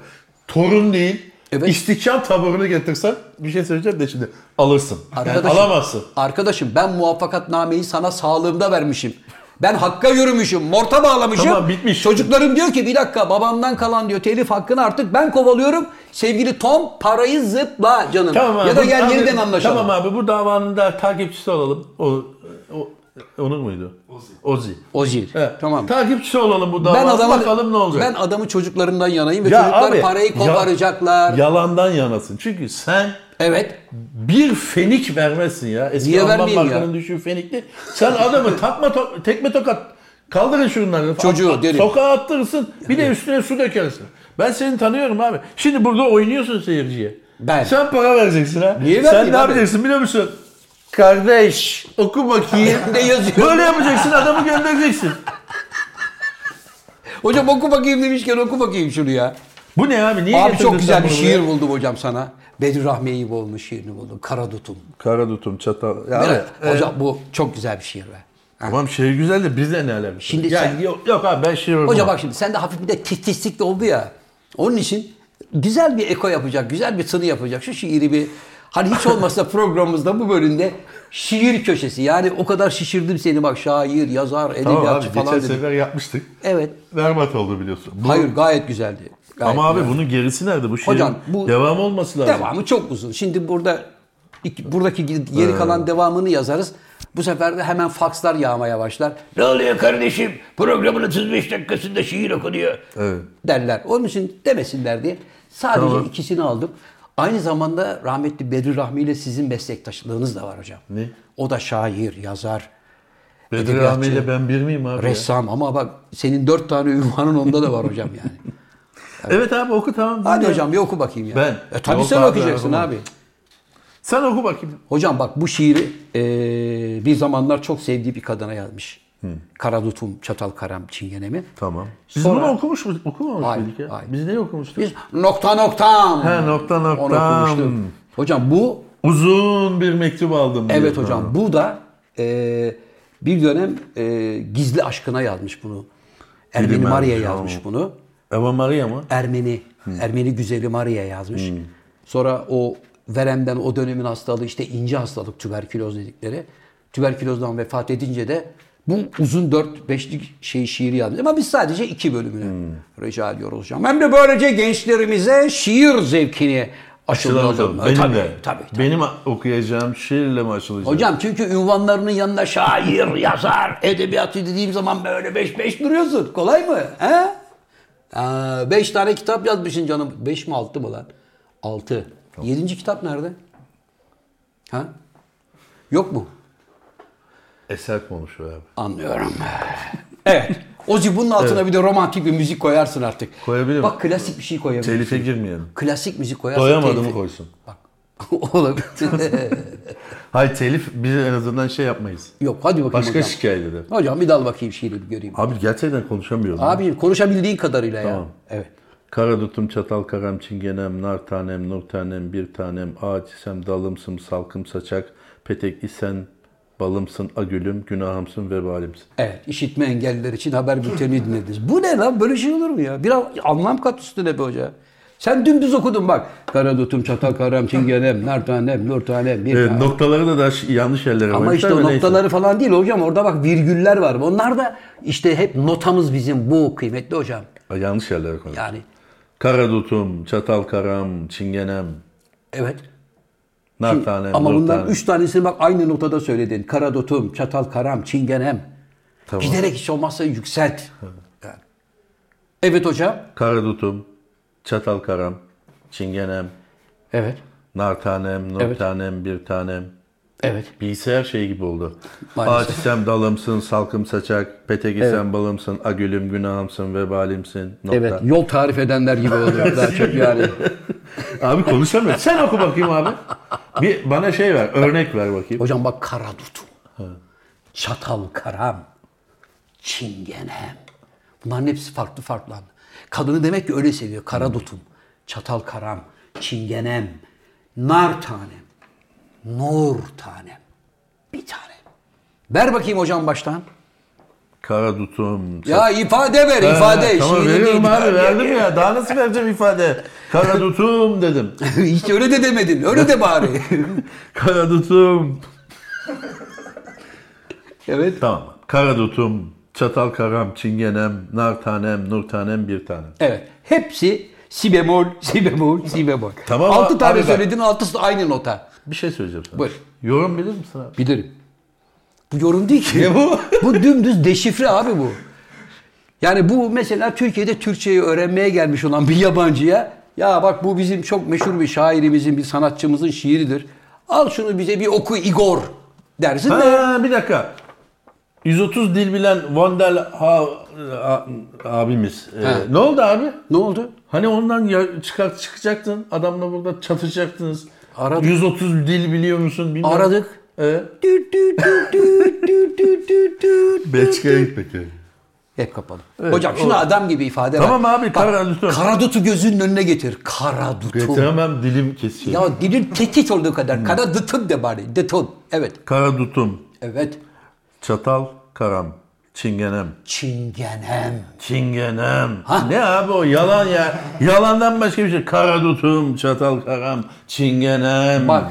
Speaker 2: torun değil
Speaker 1: Evet.
Speaker 2: istihkam taburunu getirsen bir şey söyleyeceğim de şimdi alırsın. Yani
Speaker 1: Arkadaşım,
Speaker 2: alamazsın.
Speaker 1: Arkadaşım ben muvaffakatnameyi sana sağlığımda vermişim. Ben hakka yürümüşüm, morta bağlamışım.
Speaker 2: Tamam, bitmiş.
Speaker 1: Çocuklarım diyor ki bir dakika babamdan kalan diyor telif hakkını artık ben kovalıyorum. Sevgili Tom parayı zıpla canım. ya da gel
Speaker 2: abi,
Speaker 1: yeniden anlaşalım.
Speaker 2: Tamam abi bu davanın da takipçisi olalım. O, o Onur muydu? Ozi. Ozi.
Speaker 1: Ozil.
Speaker 2: Evet.
Speaker 1: Tamam.
Speaker 2: Takipçisi olalım bu davanın.
Speaker 1: ben adamı,
Speaker 2: Bakalım ne olacak.
Speaker 1: Ben adamı çocuklarımdan yanayım ve
Speaker 2: Ya
Speaker 1: çocuklar
Speaker 2: abi,
Speaker 1: parayı
Speaker 2: ya-
Speaker 1: koparacaklar.
Speaker 2: Yalandan yanasın. Çünkü sen
Speaker 1: Evet.
Speaker 2: bir fenik vermezsin ya. Eski
Speaker 1: Niye
Speaker 2: Alman
Speaker 1: vermeyeyim
Speaker 2: markanın düşüğü fenikti. Sen adamı takma to- tekme tokat kaldırın şunları.
Speaker 1: Çocuğu,
Speaker 2: At-
Speaker 1: derim.
Speaker 2: Sokağa attırırsın bir de üstüne su dökersin. Ben seni tanıyorum abi. Şimdi burada oynuyorsun seyirciye.
Speaker 1: Ben.
Speaker 2: Sen para vereceksin ha.
Speaker 1: Niye
Speaker 2: Sen
Speaker 1: vermeyeyim
Speaker 2: ne
Speaker 1: abi?
Speaker 2: yapacaksın biliyor musun? Kardeş oku bakayım.
Speaker 1: Ne yazıyor?
Speaker 2: Böyle yapacaksın adamı göndereceksin.
Speaker 1: Hocam oku bakayım demişken oku bakayım şunu ya.
Speaker 2: Bu ne abi? Niye
Speaker 1: Abi
Speaker 2: getirdin
Speaker 1: çok güzel
Speaker 2: sen
Speaker 1: bir
Speaker 2: bunu
Speaker 1: şiir
Speaker 2: buraya?
Speaker 1: buldum hocam sana. Bedir Rahmi Eyüboğlu'nun şiirini buldum. Karadutum.
Speaker 2: Karadutum çatal. Ya
Speaker 1: Değil mi?
Speaker 2: abi, e,
Speaker 1: Hocam bu çok güzel bir şiir be.
Speaker 2: Tamam şehir güzel de bizle ne alakası?
Speaker 1: Şimdi
Speaker 2: ya,
Speaker 1: sen-
Speaker 2: yok, yok abi ben şey şehir
Speaker 1: Hocam bak şimdi sende hafif bir de titizlik de oldu ya. Onun için güzel bir eko yapacak, güzel bir tını yapacak. Şu şiiri bir hani hiç olmazsa programımızda bu bölümde şiir köşesi. Yani o kadar şişirdim seni bak şair, yazar,
Speaker 2: Tamam
Speaker 1: edebiyatçı
Speaker 2: abi
Speaker 1: falan
Speaker 2: geçen
Speaker 1: dedim.
Speaker 2: sefer yapmıştık.
Speaker 1: Evet.
Speaker 2: Berbat oldu biliyorsun. Bu-
Speaker 1: Hayır gayet güzeldi. Gayet
Speaker 2: Ama abi
Speaker 1: güzel.
Speaker 2: bunun gerisi nerede? Bu şehrin
Speaker 1: Hocam, bu-
Speaker 2: devam olması lazım.
Speaker 1: devamı çok uzun. Şimdi burada iki- buradaki geri kalan devamını yazarız. Bu sefer de hemen fakslar yağmaya başlar.
Speaker 4: Ne oluyor kardeşim? Programın 35 dakikasında şiir okunuyor.
Speaker 2: Evet.
Speaker 1: derler. Onun için demesinler diye sadece ikisini aldım. Aynı zamanda rahmetli Bedri Rahmi ile sizin meslektaşlığınız da var hocam.
Speaker 2: Ne?
Speaker 1: O da şair, yazar,
Speaker 2: Bedir
Speaker 1: Edebiyatçı.
Speaker 2: Rahmi ile ben bir miyim abi? ya?
Speaker 1: ressam ama bak senin dört tane ünvanın onda da var hocam yani.
Speaker 2: Evet abi oku tamam.
Speaker 1: Hadi
Speaker 2: dinliyorum.
Speaker 1: hocam bir oku bakayım ya.
Speaker 2: Ben?
Speaker 1: E, tabii
Speaker 2: Yok
Speaker 1: sen
Speaker 2: abi,
Speaker 1: okuyacaksın
Speaker 2: ben
Speaker 1: abi.
Speaker 2: Sen oku bakayım.
Speaker 1: Hocam bak bu şiiri e, bir zamanlar çok sevdiği bir kadına yazmış. Karadutum, Çatal Karam, Çingenemi.
Speaker 2: Tamam. Biz
Speaker 1: Sonra-
Speaker 2: bunu okumuş mu? Okumamış
Speaker 1: Hayır,
Speaker 2: mıydık ya?
Speaker 1: hayır.
Speaker 2: Biz ne okumuştuk?
Speaker 1: Biz nokta noktam.
Speaker 2: He, nokta
Speaker 1: Onu
Speaker 2: noktam.
Speaker 1: okumuştuk. Hocam bu
Speaker 2: Uzun bir mektup aldım. diyor.
Speaker 1: Evet hocam
Speaker 2: Ha.
Speaker 1: bu da e, bir dönem e, gizli aşkına yazmış bunu. Ermeni
Speaker 2: Bilim
Speaker 1: Maria
Speaker 2: ermiş,
Speaker 1: yazmış
Speaker 2: ama.
Speaker 1: bunu.
Speaker 2: Eva Maria mı?
Speaker 1: Ermeni,
Speaker 2: Hmm.
Speaker 1: Ermeni güzeli Maria yazmış. Sonra o veremden o dönemin hastalığı işte ince hastalık tüberküloz dedikleri. Tüberkülozdan vefat edince de bu uzun 4-5'lik şey şiiri yazmış. Ama biz sadece
Speaker 2: Hmm.
Speaker 1: iki bölümünü rica ediyoruz hocam. Hem de böylece gençlerimize şiir zevkini Açıldı
Speaker 2: Açılan
Speaker 1: adamlar.
Speaker 2: hocam.
Speaker 1: tabii,
Speaker 2: Benim de.
Speaker 1: Tabii, tabii.
Speaker 2: Benim okuyacağım şiirle mi açılacak?
Speaker 1: Hocam çünkü ünvanlarının yanında şair, yazar, edebiyatçı dediğim zaman böyle beş beş duruyorsun. Kolay mı? He? Aa, beş tane kitap yazmışsın canım. Beş mi altı mı lan? Altı. Yedinci kitap nerede? Ha? Yok mu?
Speaker 2: Eser konuşuyor abi.
Speaker 1: Anlıyorum. evet. Ozi bunun altına bir de romantik bir müzik koyarsın artık.
Speaker 2: Koyabilirim.
Speaker 1: Bak klasik bir şey koyabilirim.
Speaker 2: Telife girmeyelim.
Speaker 1: Klasik müzik koyarsın.
Speaker 2: Doyamadım
Speaker 1: telifi-
Speaker 2: koysun.
Speaker 1: Olabilir.
Speaker 2: Hayır telif biz en azından şey yapmayız.
Speaker 1: Yok hadi bakayım
Speaker 2: Başka
Speaker 1: hocam.
Speaker 2: şikayet eder.
Speaker 1: Hocam bir dal bakayım şiiri bir göreyim.
Speaker 2: Abi gerçekten konuşamıyorum.
Speaker 1: Abi konuşabildiğin kadarıyla ya.
Speaker 2: Tamam.
Speaker 1: Evet.
Speaker 2: Kara dutum, çatal karam, çingenem, nar tanem, nur tanem, bir tanem, ağaç isem, dalımsın, salkım saçak, petek isen, balımsın, agülüm, günahımsın, vebalimsin.
Speaker 1: Evet, işitme engelliler için haber bülteni dinlediniz. Bu ne lan? Böyle şey olur mu ya? Biraz anlam kat üstüne be hoca. Sen dümdüz okudun bak. Karadutum, çatal karam, çingenem, nar tanem, nur tanem, bir
Speaker 2: Evet,
Speaker 1: tanem.
Speaker 2: Ee, noktaları da daha şi- yanlış yerlere
Speaker 1: Ama işte
Speaker 2: koymuşlar
Speaker 1: o
Speaker 2: ama neyse.
Speaker 1: noktaları falan değil hocam. Orada bak virgüller var. Onlar da işte hep notamız bizim bu kıymetli hocam.
Speaker 2: Ay, Yanlış yerlere koymuşlar.
Speaker 1: Yani
Speaker 2: Kara dutum, çatal karam, çingenem,
Speaker 1: evet.
Speaker 2: nar
Speaker 1: Şimdi-
Speaker 2: tanem,
Speaker 1: ama
Speaker 2: nur
Speaker 1: bunların
Speaker 2: tanem.
Speaker 1: üç tanesini bak aynı noktada söyledin. Karadutum, çatal karam, çingenem.
Speaker 2: Tamam.
Speaker 1: Giderek hiç olmazsa yükselt. Yani. Evet hocam.
Speaker 2: Kara dutum, çatal karam, çingenem,
Speaker 1: Evet.
Speaker 2: nar tanem, nur
Speaker 1: Evet.
Speaker 2: tanem, bir tanem.
Speaker 1: Evet.
Speaker 2: Bilgisayar şeyi gibi oldu.
Speaker 1: Maalesef.
Speaker 2: Ağaç isem dalımsın, salkım saçak, petek isem balımsın, agülüm günahımsın, vebalimsin. Nokta.
Speaker 1: Evet, yol tarif edenler gibi oluyor daha çok yani.
Speaker 2: Abi konuşamıyor. Sen oku bakayım abi. Bir bana şey ver, örnek ver bakayım.
Speaker 1: Hocam bak kara dutum, çatal karam, çingenem. Bunların hepsi farklı farklı. anlam. Kadını demek ki öyle seviyor. Kara dutum, çatal karam, çingenem, nar tanem, nur tanem. Bir tane. Ver bakayım hocam baştan.
Speaker 2: Kara dutum.
Speaker 1: Ya ifade ver,
Speaker 2: Ha,
Speaker 1: ifade.
Speaker 2: Tamam
Speaker 1: şiiri
Speaker 2: veriyorum
Speaker 1: değil.
Speaker 2: abi verdim ya. Daha nasıl vereceğim ifade? Kara dutum dedim.
Speaker 1: Hiç öyle de demedin. Öyle de bari.
Speaker 2: Kara dutum.
Speaker 1: evet.
Speaker 2: Tamam. Kara dutum. Çatal karam, çingenem, nar tanem, nur tanem, bir tanem.
Speaker 1: Evet. Hepsi si bemol, si bemol, si bemol.
Speaker 2: Tamam,
Speaker 1: Altı
Speaker 2: abi
Speaker 1: tane
Speaker 2: bak.
Speaker 1: söyledin, altısı da aynı nota.
Speaker 2: Bir şey söyleyeceğim sana.
Speaker 1: Buyur.
Speaker 2: Yorum bilir misin abi?
Speaker 1: Bilirim. Bu yorum değil ki. bu? dümdüz deşifre abi bu. Yani bu mesela Türkiye'de Türkçeyi öğrenmeye gelmiş olan bir yabancıya ya bak bu bizim çok meşhur bir şairimizin, bir sanatçımızın şiiridir. Al şunu bize bir oku Igor dersin de
Speaker 2: Ha, bir dakika. 130 dil bilen Vondel ha, a- abimiz. Ee,
Speaker 1: Ha.
Speaker 2: ne oldu abi?
Speaker 1: ne oldu?
Speaker 2: Hani ondan ya, çıkar çıkacaktın. Adamla burada çatışacaktınız.
Speaker 1: Aradık.
Speaker 2: 130 dil biliyor musun? Bilmem.
Speaker 1: Aradık.
Speaker 2: Ee,
Speaker 1: Dü dü dü dü dü dü dü dü.
Speaker 2: Belçika'ya gitmek yani.
Speaker 1: Hep kapalı. Hocam şunu adam gibi ifade
Speaker 2: Tamam
Speaker 1: ver.
Speaker 2: abi,
Speaker 1: Bak,
Speaker 2: karadutu.
Speaker 1: Karadutu gözünün önüne getir. Karadutu.
Speaker 2: Getiremem dilim kesiyor.
Speaker 1: Ya dilin tehdit olduğu
Speaker 2: Hmm.
Speaker 1: kadar. Karadutun de bari. Detun. Evet.
Speaker 2: Kara dutum,
Speaker 1: Evet.
Speaker 2: çatal, karam, çingenem.
Speaker 1: Çingenem.
Speaker 2: Çingenem.
Speaker 1: Ha?
Speaker 2: Ne abi o yalan ya. Yalandan başka bir şey. Kara dutum, çatal, karam, çingenem.
Speaker 1: Bak.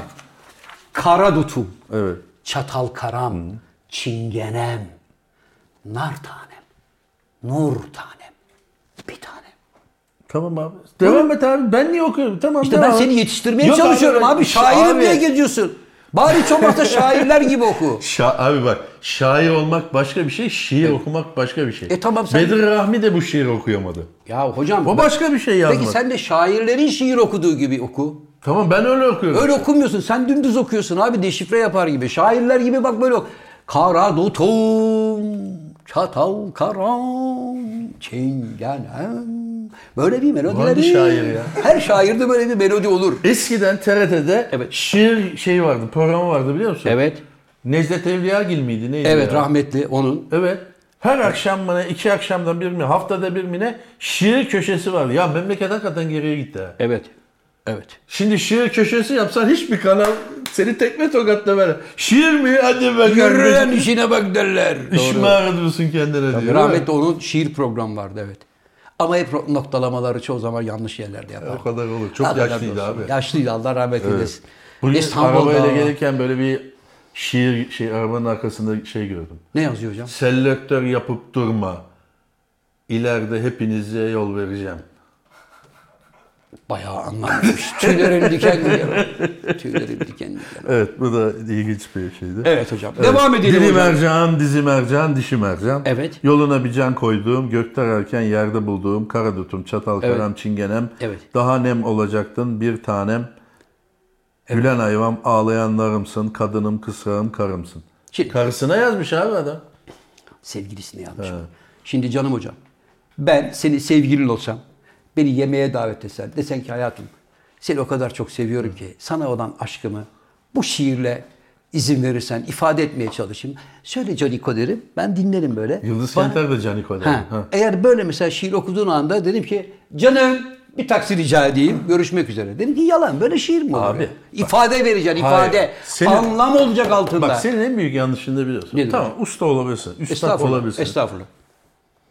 Speaker 1: Karadutum.
Speaker 2: Evet.
Speaker 1: Çatal karam. Çingenem. Nar tanem. Nur tanem. Bir tanem.
Speaker 2: Tamam abi. Devam et abi. Ben niye okuyorum? Tamam.
Speaker 1: İşte ben
Speaker 2: devam et.
Speaker 1: seni yetiştirmeye
Speaker 2: Yok
Speaker 1: çalışıyorum abi.
Speaker 2: abi.
Speaker 1: Şairim
Speaker 2: Abi.
Speaker 1: diye geziyorsun. Bari çomakta şairler gibi oku.
Speaker 2: Şa- abi bak şair olmak başka bir şey, şiir okumak başka bir şey.
Speaker 1: E tamam sen-
Speaker 2: Bedir Rahmi de bu şiiri okuyamadı.
Speaker 1: Ya hocam.
Speaker 2: O başka bir şey yazmadı.
Speaker 1: Peki sen de şairlerin şiir okuduğu gibi oku.
Speaker 2: Tamam ben öyle okuyorum.
Speaker 1: Öyle okumuyorsun. Sen dümdüz okuyorsun abi deşifre yapar gibi. Şairler gibi bak böyle ok. Kara dutum, çatal karam, çingenem. Böyle bir melodileri.
Speaker 2: Hangi şair ya?
Speaker 1: Her şairde böyle bir melodi olur.
Speaker 2: Eskiden TRT'de
Speaker 1: Evet.
Speaker 2: şiir şeyi vardı, programı vardı biliyor musun?
Speaker 1: Evet.
Speaker 2: Necdet Evliyagil miydi neydi
Speaker 1: Evet
Speaker 2: ya?
Speaker 1: rahmetli onun.
Speaker 2: Evet. Her akşam mı ne, iki akşamdan bir mi, haftada bir mi ne şiir köşesi vardı. Ya memleket hakikaten geriye gitti ha.
Speaker 1: Evet. Evet.
Speaker 2: Şimdi şiir köşesi yapsan hiçbir kanal seni tekme tokatla ver. Şiir mi? Hadi bakalım.
Speaker 1: Görülen işine bak derler.
Speaker 2: İş mi aradıyorsun kendine diyor.
Speaker 1: Rahmetli onun şiir programı vardı evet. Ama hep noktalamaları çoğu zaman yanlış yerlerde yapar.
Speaker 2: O kadar olur. Çok
Speaker 1: Haberler
Speaker 2: yaşlıydı
Speaker 1: olsun.
Speaker 2: abi.
Speaker 1: Yaşlıydı Allah rahmet eylesin.
Speaker 2: Bugün
Speaker 1: İstanbul'da
Speaker 2: arabayla gelirken böyle bir şiir şey arabanın arkasında şey gördüm.
Speaker 1: ne yazıyor hocam?
Speaker 2: Selektör yapıp durma. İleride hepinize yol vereceğim.
Speaker 1: Bayağı anlatmış. Tüylerim diken diken. Tüylerim diken diken.
Speaker 2: Evet bu da ilginç bir şeydi.
Speaker 1: Evet hocam. Devam edelim
Speaker 2: Dili
Speaker 1: hocam.
Speaker 2: mercan, dizi mercan, dişi mercan.
Speaker 1: Evet.
Speaker 2: Yoluna bir can koyduğum, gökte ararken yerde bulduğum, karadutum, çatal karam, çingenem.
Speaker 1: Evet.
Speaker 2: Daha nem olacaktın bir tanem. Gülen hayvan, ağlayanlarımsın, kadınım, kısrağım, karımsın.
Speaker 1: Şimdi-
Speaker 2: Karısına yazmış abi adam.
Speaker 1: Sevgilisini yazmış. Şimdi canım hocam. Ben seni sevgilin olsam, beni yemeğe davet etsen, desen ki hayatım seni o kadar çok seviyorum ki sana olan aşkımı bu şiirle izin verirsen ifade etmeye çalışayım. Söyle Caniko derim. Ben dinlerim böyle.
Speaker 2: Yıldız
Speaker 1: Bana-
Speaker 2: Kenter de Caniko'da.
Speaker 1: Ha.
Speaker 2: Ha.
Speaker 1: Eğer böyle mesela şiir okuduğun anda dedim ki canım bir taksi rica edeyim görüşmek üzere. Dedim ki yalan böyle şiir mi olur?
Speaker 2: Abi,
Speaker 1: ya?
Speaker 2: bak.
Speaker 1: ifade vereceksin ifade.
Speaker 2: Hayır. Senin-
Speaker 1: Anlam olacak altında.
Speaker 2: Bak senin en büyük yanlışın ne biliyorsun?
Speaker 1: Nedir
Speaker 2: tamam usta olabilirsin, üstad
Speaker 1: estağfurullah.
Speaker 2: olabilirsin.
Speaker 1: Estağfurullah.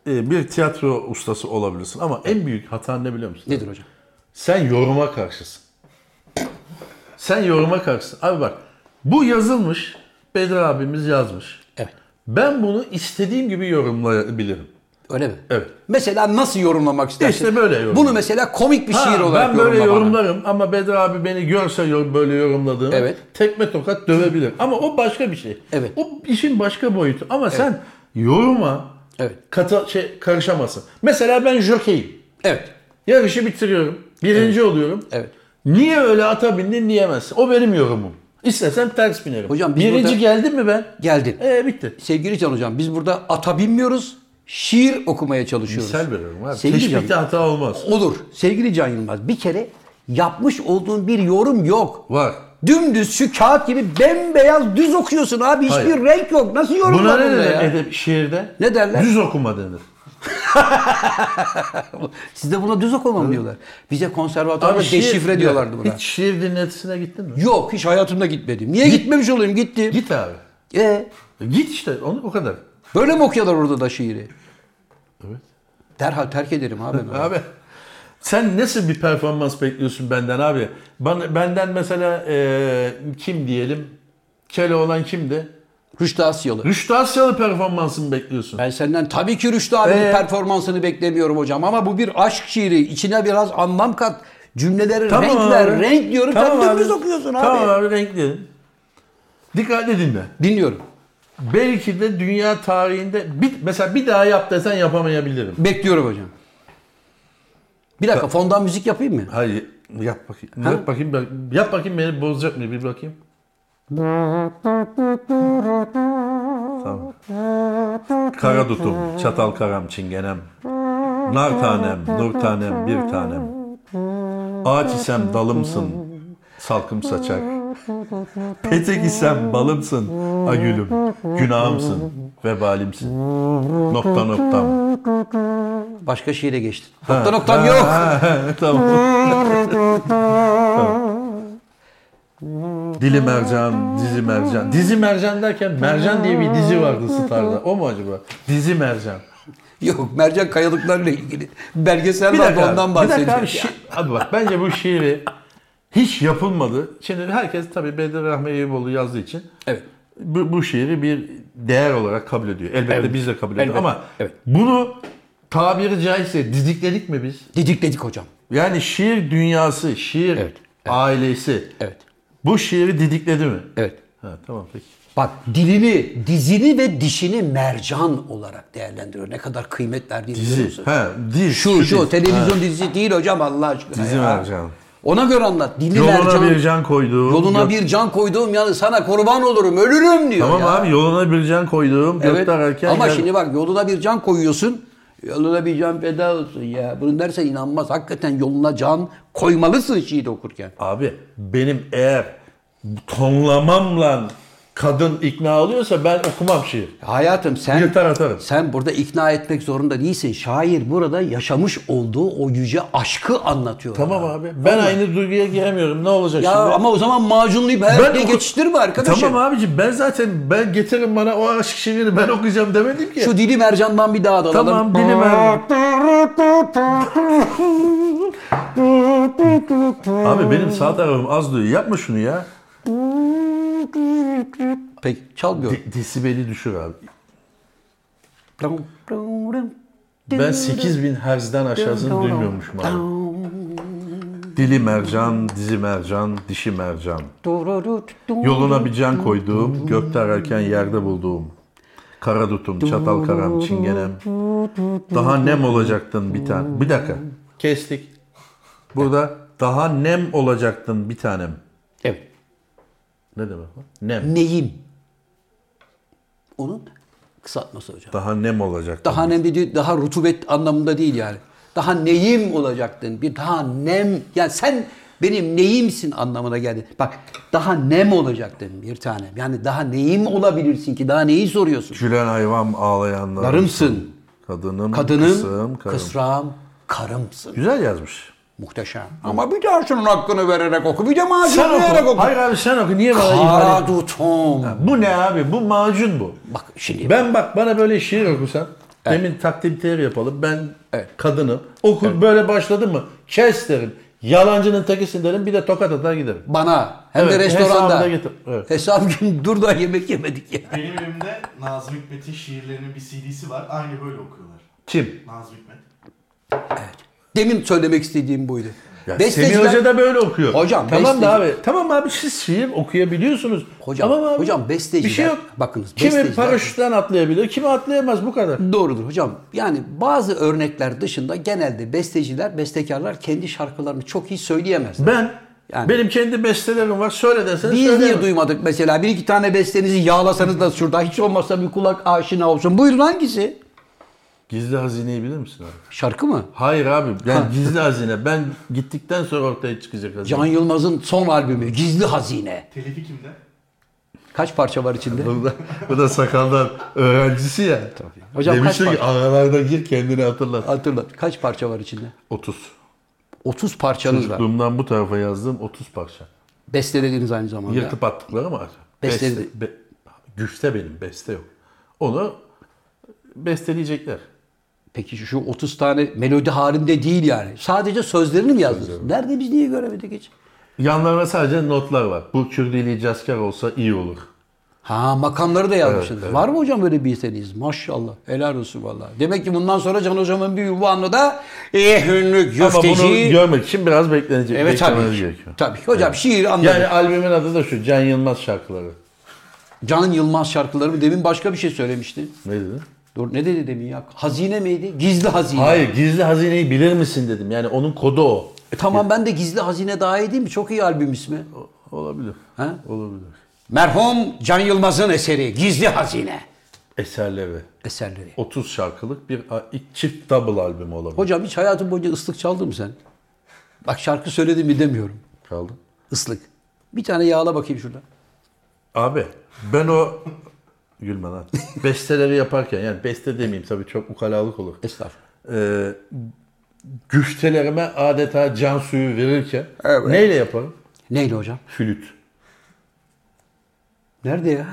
Speaker 2: Ee, Bir tiyatro ustası olabilirsin ama en büyük hatan ne biliyor musun?
Speaker 1: Nedir hocam?
Speaker 2: Sen yoruma karşısın. Sen yoruma karşısın. Abi bak bu yazılmış. Bedri abimiz yazmış.
Speaker 1: Evet.
Speaker 2: Ben bunu istediğim gibi yorumlayabilirim.
Speaker 1: Öyle mi?
Speaker 2: Evet.
Speaker 1: Mesela nasıl yorumlamak istersin?
Speaker 2: İşte böyle yorumla.
Speaker 1: Bunu mesela komik bir
Speaker 2: Ha,
Speaker 1: şiir olarak
Speaker 2: ben böyle
Speaker 1: yorumla bana.
Speaker 2: yorumlarım ama Bedri abi beni görse yor- böyle yorumladığını
Speaker 1: Evet.
Speaker 2: tekme tokat dövebilir. Ama o başka bir şey.
Speaker 1: Evet.
Speaker 2: O işin başka boyutu. Ama sen yoruma
Speaker 1: Evet.
Speaker 2: kata, şey, karışamazsın. Mesela ben jokeyim.
Speaker 1: Evet.
Speaker 2: Yarışı bitiriyorum. Birinci oluyorum.
Speaker 1: Evet.
Speaker 2: Niye öyle ata bindin diyemezsin. O benim yorumum. İstesem ters binerim.
Speaker 1: Hocam biz
Speaker 2: Birinci
Speaker 1: burada-
Speaker 2: geldim mi ben?
Speaker 1: Geldin.
Speaker 2: Ee bitti.
Speaker 1: Sevgili Can Hocam biz burada ata binmiyoruz. Şiir okumaya çalışıyoruz.
Speaker 2: Misal veriyorum abi.
Speaker 1: Sevgili Can-
Speaker 2: Teşbihte hata olmaz.
Speaker 1: Olur. Sevgili Can Yılmaz bir kere yapmış olduğun bir yorum yok.
Speaker 2: Var.
Speaker 1: Dümdüz şu kağıt gibi bembeyaz düz okuyorsun abi. Hiçbir
Speaker 2: Hayır.
Speaker 1: renk yok. Nasıl
Speaker 2: Buna
Speaker 1: yorumlar
Speaker 2: ne
Speaker 1: bunda
Speaker 2: denir
Speaker 1: ya?
Speaker 2: edep şiirde?
Speaker 1: Ne derler?
Speaker 2: Düz okuma denir.
Speaker 1: Sizde buna düz okumam diyorlar. Bize konservatuvarda
Speaker 2: şiir-
Speaker 1: deşifre
Speaker 2: Ya,
Speaker 1: diyorlardı buna.
Speaker 2: Hiç şiir dinletisine gittin mi?
Speaker 1: şey- Yok hiç hayatımda gitmedim. Niye gitmemiş olayım gittim.
Speaker 2: Git abi.
Speaker 1: E,
Speaker 2: Git işte onu o kadar.
Speaker 1: böyle mi okuyorlar orada da şiiri? Evet. Derhal terk ederim abi. ben.
Speaker 2: Abi sen nasıl bir performans bekliyorsun benden abi? Bana, benden mesela eee, kim diyelim? Kele olan kimdi?
Speaker 1: Rüştü Asyalı.
Speaker 2: Rüştü Asyalı performansını bekliyorsun.
Speaker 1: Ben senden tabii ki Rüştü abinin
Speaker 2: Ee?
Speaker 1: performansını beklemiyorum hocam ama bu bir aşk şiiri. İçine biraz anlam kat. Cümleleri renk ver,
Speaker 2: abi.
Speaker 1: renk diyorum.
Speaker 2: Tamam
Speaker 1: Sen
Speaker 2: abi.
Speaker 1: dümdüz okuyorsun abi.
Speaker 2: Tamam abi renk dedim. Dikkatli dinle.
Speaker 1: Dinliyorum.
Speaker 2: Belki de dünya tarihinde bir, mesela bir daha yap desen yapamayabilirim.
Speaker 1: Bekliyorum hocam. Bir dakika fondan müzik yapayım mı?
Speaker 2: Hayır yap bakayım. Yap bakayım bak- yap bakayım beni bozacak mı bir bakayım. Tamam. Kara tutum, çatal karam, çingenem. Nar tanem, nur tanem, bir tanem. Ağaç isem dalımsın, salkım saçar. Petek isem balımsın, agülüm, günahımsın, vebalimsin. Nokta noktam.
Speaker 1: Başka şiire geçtin. Nokta noktam yok.
Speaker 2: tamam. Dili mercan, dizi mercan. Dizi mercan derken mercan diye bir dizi vardı Star'da. O mu acaba? Dizi mercan.
Speaker 1: Yok Mercan Kayalıklar'la ilgili belgesel
Speaker 2: Bir
Speaker 1: var
Speaker 2: dakika.
Speaker 1: ondan
Speaker 2: abi, bir
Speaker 1: bahsediyor.
Speaker 2: dakika abi, şi- abi bak bence bu şiiri hiç yapılmadı. Şimdi herkes tabii Bedri Rahmi Eyüboğlu yazdığı için
Speaker 1: Evet.
Speaker 2: bu, bu şiiri bir değer olarak kabul ediyor. Elbette
Speaker 1: Evet.
Speaker 2: biz de kabul ediyoruz
Speaker 1: Elbette.
Speaker 2: ama
Speaker 1: Evet.
Speaker 2: bunu tabiri caizse didikledik mi biz?
Speaker 1: Didik dedik hocam.
Speaker 2: Yani şiir dünyası, şiir
Speaker 1: Evet, evet.
Speaker 2: ailesi
Speaker 1: Evet.
Speaker 2: bu şiiri didikledi mi?
Speaker 1: Evet.
Speaker 2: Ha, tamam peki.
Speaker 1: Bak dilini, dizini ve dişini mercan olarak değerlendiriyor. Ne kadar kıymet verdiğini biliyor
Speaker 2: Dizi.
Speaker 1: musun?
Speaker 2: Ha, dil,
Speaker 1: Şu şu
Speaker 2: dil.
Speaker 1: televizyon dizisi değil hocam Allah aşkına
Speaker 2: Dizi
Speaker 1: ya.
Speaker 2: mercan.
Speaker 1: Ona göre anlat. Dili
Speaker 2: Yoluna
Speaker 1: mercan.
Speaker 2: bir can koyduğum.
Speaker 1: yoluna
Speaker 2: gök-
Speaker 1: bir can koyduğum yani sana kurban olurum ölürüm diyor
Speaker 2: Tamam
Speaker 1: ya.
Speaker 2: abi yoluna bir can koyduğum.
Speaker 1: Evet.
Speaker 2: Gökte ararken.
Speaker 1: Ama
Speaker 2: gel-
Speaker 1: şimdi bak yoluna bir can koyuyorsun. Yoluna bir can feda olsun ya. Bunu derse inanmaz. Hakikaten yoluna can koymalısın şiir okurken.
Speaker 2: Abi benim eğer tonlamamla kadın ikna oluyorsa ben okumam şiir.
Speaker 1: Hayatım sen
Speaker 2: Yırtar atarım.
Speaker 1: sen burada ikna etmek zorunda değilsin. Şair burada yaşamış olduğu o yüce aşkı anlatıyor.
Speaker 2: Tamam
Speaker 1: ya.
Speaker 2: abi. Ben aynı duyguya giremiyorum. Ne olacak
Speaker 1: Ya
Speaker 2: şimdi?
Speaker 1: ama o zaman macunlayıp her diye
Speaker 2: oku-
Speaker 1: geçiştirme arkadaşım.
Speaker 2: Tamam abicim ben zaten ben getirin bana o aşk şiirini ben okuyacağım demedim ki.
Speaker 1: Şu dili mercandan bir daha dalalım.
Speaker 2: Tamam dilim erdi. Abi benim sağ tarafım az duyuyor. Yapma şunu ya.
Speaker 1: Peki çalmıyor.
Speaker 2: De- desibeli düşür abi. Ben 8000 Hz'den aşağısını duymuyormuşum abi. Dili mercan, dizi mercan, dişi mercan. Yoluna bir can koyduğum, gökte ararken yerde bulduğum. Kara dutum, çatal karam, çingenem. Daha nem olacaktın bir tane. Bir dakika. Kestik. Burada daha nem olacaktın bir tanem.
Speaker 1: Evet.
Speaker 2: Ne demek bu? Nem.
Speaker 1: Neyim? Onun kısaltması hocam.
Speaker 2: Daha nem olacaktın.
Speaker 1: Daha nem dediği daha rutubet anlamında değil yani. Daha neyim olacaktın. Bir daha nem. Yani sen benim neyimsin anlamına geldi. Bak daha nem olacaktın bir tanem. Yani daha neyim olabilirsin ki? Daha neyi soruyorsun?
Speaker 2: Gülen hayvan ağlayanlar.
Speaker 1: Karımsın.
Speaker 2: Kadınım,
Speaker 1: Kadınım,
Speaker 2: kısım, karım.
Speaker 1: kısrağım, karımsın.
Speaker 2: Güzel yazmış.
Speaker 1: Muhteşem.
Speaker 5: Ama bir daha şunun hakkını vererek oku. Bir de
Speaker 2: Sen
Speaker 5: macunlayarak
Speaker 2: oku.
Speaker 5: oku.
Speaker 2: Hayır abi sen oku. Niye bana ihale ediyorsun?
Speaker 1: Kadutum.
Speaker 2: Bu ne abi? Bu macun bu.
Speaker 1: Bak şimdi.
Speaker 2: Ben bak bana böyle şiir okusan. Demin takdim teori yapalım. Ben kadınım. Okur böyle başladı mı? Kes derim. Yalancının tekisin derim. Bir de tokat atar giderim.
Speaker 1: Bana hem de
Speaker 2: Evet, hesabı
Speaker 1: restoranda.
Speaker 2: da getir. Evet.
Speaker 1: Hesap gün dur da yemek yemedik ya.
Speaker 3: Benim evimde Nazım Hikmet'in şiirlerinin bir CD'si var. Aynı böyle okuyorlar.
Speaker 2: Kim?
Speaker 3: Nazım Hikmet.
Speaker 1: Demin söylemek istediğim buydu.
Speaker 2: Ya
Speaker 1: Besteciler-
Speaker 2: Semih Hoca da böyle okuyor.
Speaker 1: Hocam,
Speaker 2: Tamam da
Speaker 1: besteci-
Speaker 2: abi. Tamam abi siz şiir okuyabiliyorsunuz.
Speaker 1: Hocam,
Speaker 2: tamam abi.
Speaker 1: hocam besteciler-
Speaker 2: Bir şey yok.
Speaker 1: bakınız,
Speaker 2: Kimi
Speaker 1: besteciler-
Speaker 2: paraşütten atlayabiliyor, kimi atlayamaz bu kadar.
Speaker 1: Doğrudur hocam. Yani bazı örnekler dışında genelde besteciler, bestekarlar kendi şarkılarını çok iyi söyleyemez.
Speaker 2: Ben
Speaker 1: Yani-
Speaker 2: benim kendi bestelerim var. Söyle desene
Speaker 1: Biz niye
Speaker 2: söyleyemem.
Speaker 1: duymadık mesela? Bir iki tane bestenizi yağlasanız da şurada hiç olmazsa bir kulak aşina olsun. Buyurun hangisi?
Speaker 2: Gizli hazineyi bilir misin abi?
Speaker 1: Şarkı mı?
Speaker 2: Hayır abi. Yani gizli hazine. Ben gittikten sonra ortaya çıkacak hazine.
Speaker 1: Can Yılmaz'ın son albümü Gizli Hazine.
Speaker 3: Telifi kimde?
Speaker 1: Kaç parça var içinde?
Speaker 2: Bu da, bu da sakaldan öğrencisi ya. Tabii.
Speaker 1: Hocam
Speaker 2: Demişti
Speaker 1: kaç
Speaker 2: ki aralarda gir kendini hatırlat.
Speaker 1: Hatırlat. Kaç parça var içinde?
Speaker 2: 30.
Speaker 1: 30 parçanız var.
Speaker 2: Çocukluğumdan bu tarafa yazdığım 30 parça.
Speaker 1: Bestelediniz aynı zamanda.
Speaker 2: Yırtıp attıkları ama
Speaker 1: Beste-
Speaker 2: be- güçte benim beste yok. Onu besteleyecekler.
Speaker 1: Peki şu 30 tane melodi halinde değil yani. Sadece sözlerini mi yazdınız? Nerede biz niye göremedik hiç?
Speaker 2: Yanlarına sadece notlar var. Bu Kürdili Casker olsa iyi olur.
Speaker 1: Ha makamları da yazmışsınız. Var mı hocam böyle bir yeteneğiniz? Maşallah. Helal olsun valla. Demek ki bundan sonra Can Hocam'ın bir ünvanı da eh hünlük
Speaker 2: Ama bunu
Speaker 1: güfteci.
Speaker 2: görmek için biraz beklenecek.
Speaker 1: evet
Speaker 2: beklemeniz
Speaker 1: tabii. ki.
Speaker 2: gerekiyor.
Speaker 1: Tabii ki. Hocam şiir anladım.
Speaker 2: Yani albümün adı da şu. Can Yılmaz şarkıları.
Speaker 1: Can Yılmaz şarkıları mı? Demin başka bir şey söylemişti.
Speaker 2: Ne dedin?
Speaker 1: Dur ne dedi demin ya? Hazine miydi? Gizli hazine.
Speaker 2: Hayır gizli hazineyi bilir misin dedim. Yani onun kodu o.
Speaker 1: E tamam ben de Gizli Hazine daha iyi değil mi? Çok iyi albüm ismi.
Speaker 2: Olabilir.
Speaker 1: Ha?
Speaker 2: Olabilir.
Speaker 1: Merhum Can Yılmaz'ın eseri Gizli Hazine
Speaker 2: Eserleri.
Speaker 1: eserleri.
Speaker 2: 30 şarkılık bir a- ilk çift double albüm olabilir.
Speaker 1: Hocam hiç hayatın boyunca ıslık çaldın mı sen? Bak şarkı söyledim mi demiyorum.
Speaker 2: Kaldı.
Speaker 1: Islık. Bir tane yağla bakayım şurada.
Speaker 2: Abi ben o gülme lan. Besteleri yaparken yani beste demeyeyim tabii çok ukalalık olur.
Speaker 1: Estağfurullah.
Speaker 2: Ee, güftelerime adeta can suyu verirken
Speaker 1: Evet.
Speaker 2: neyle yaparım?
Speaker 1: Neyle hocam?
Speaker 2: Flüt.
Speaker 1: Nerede ya?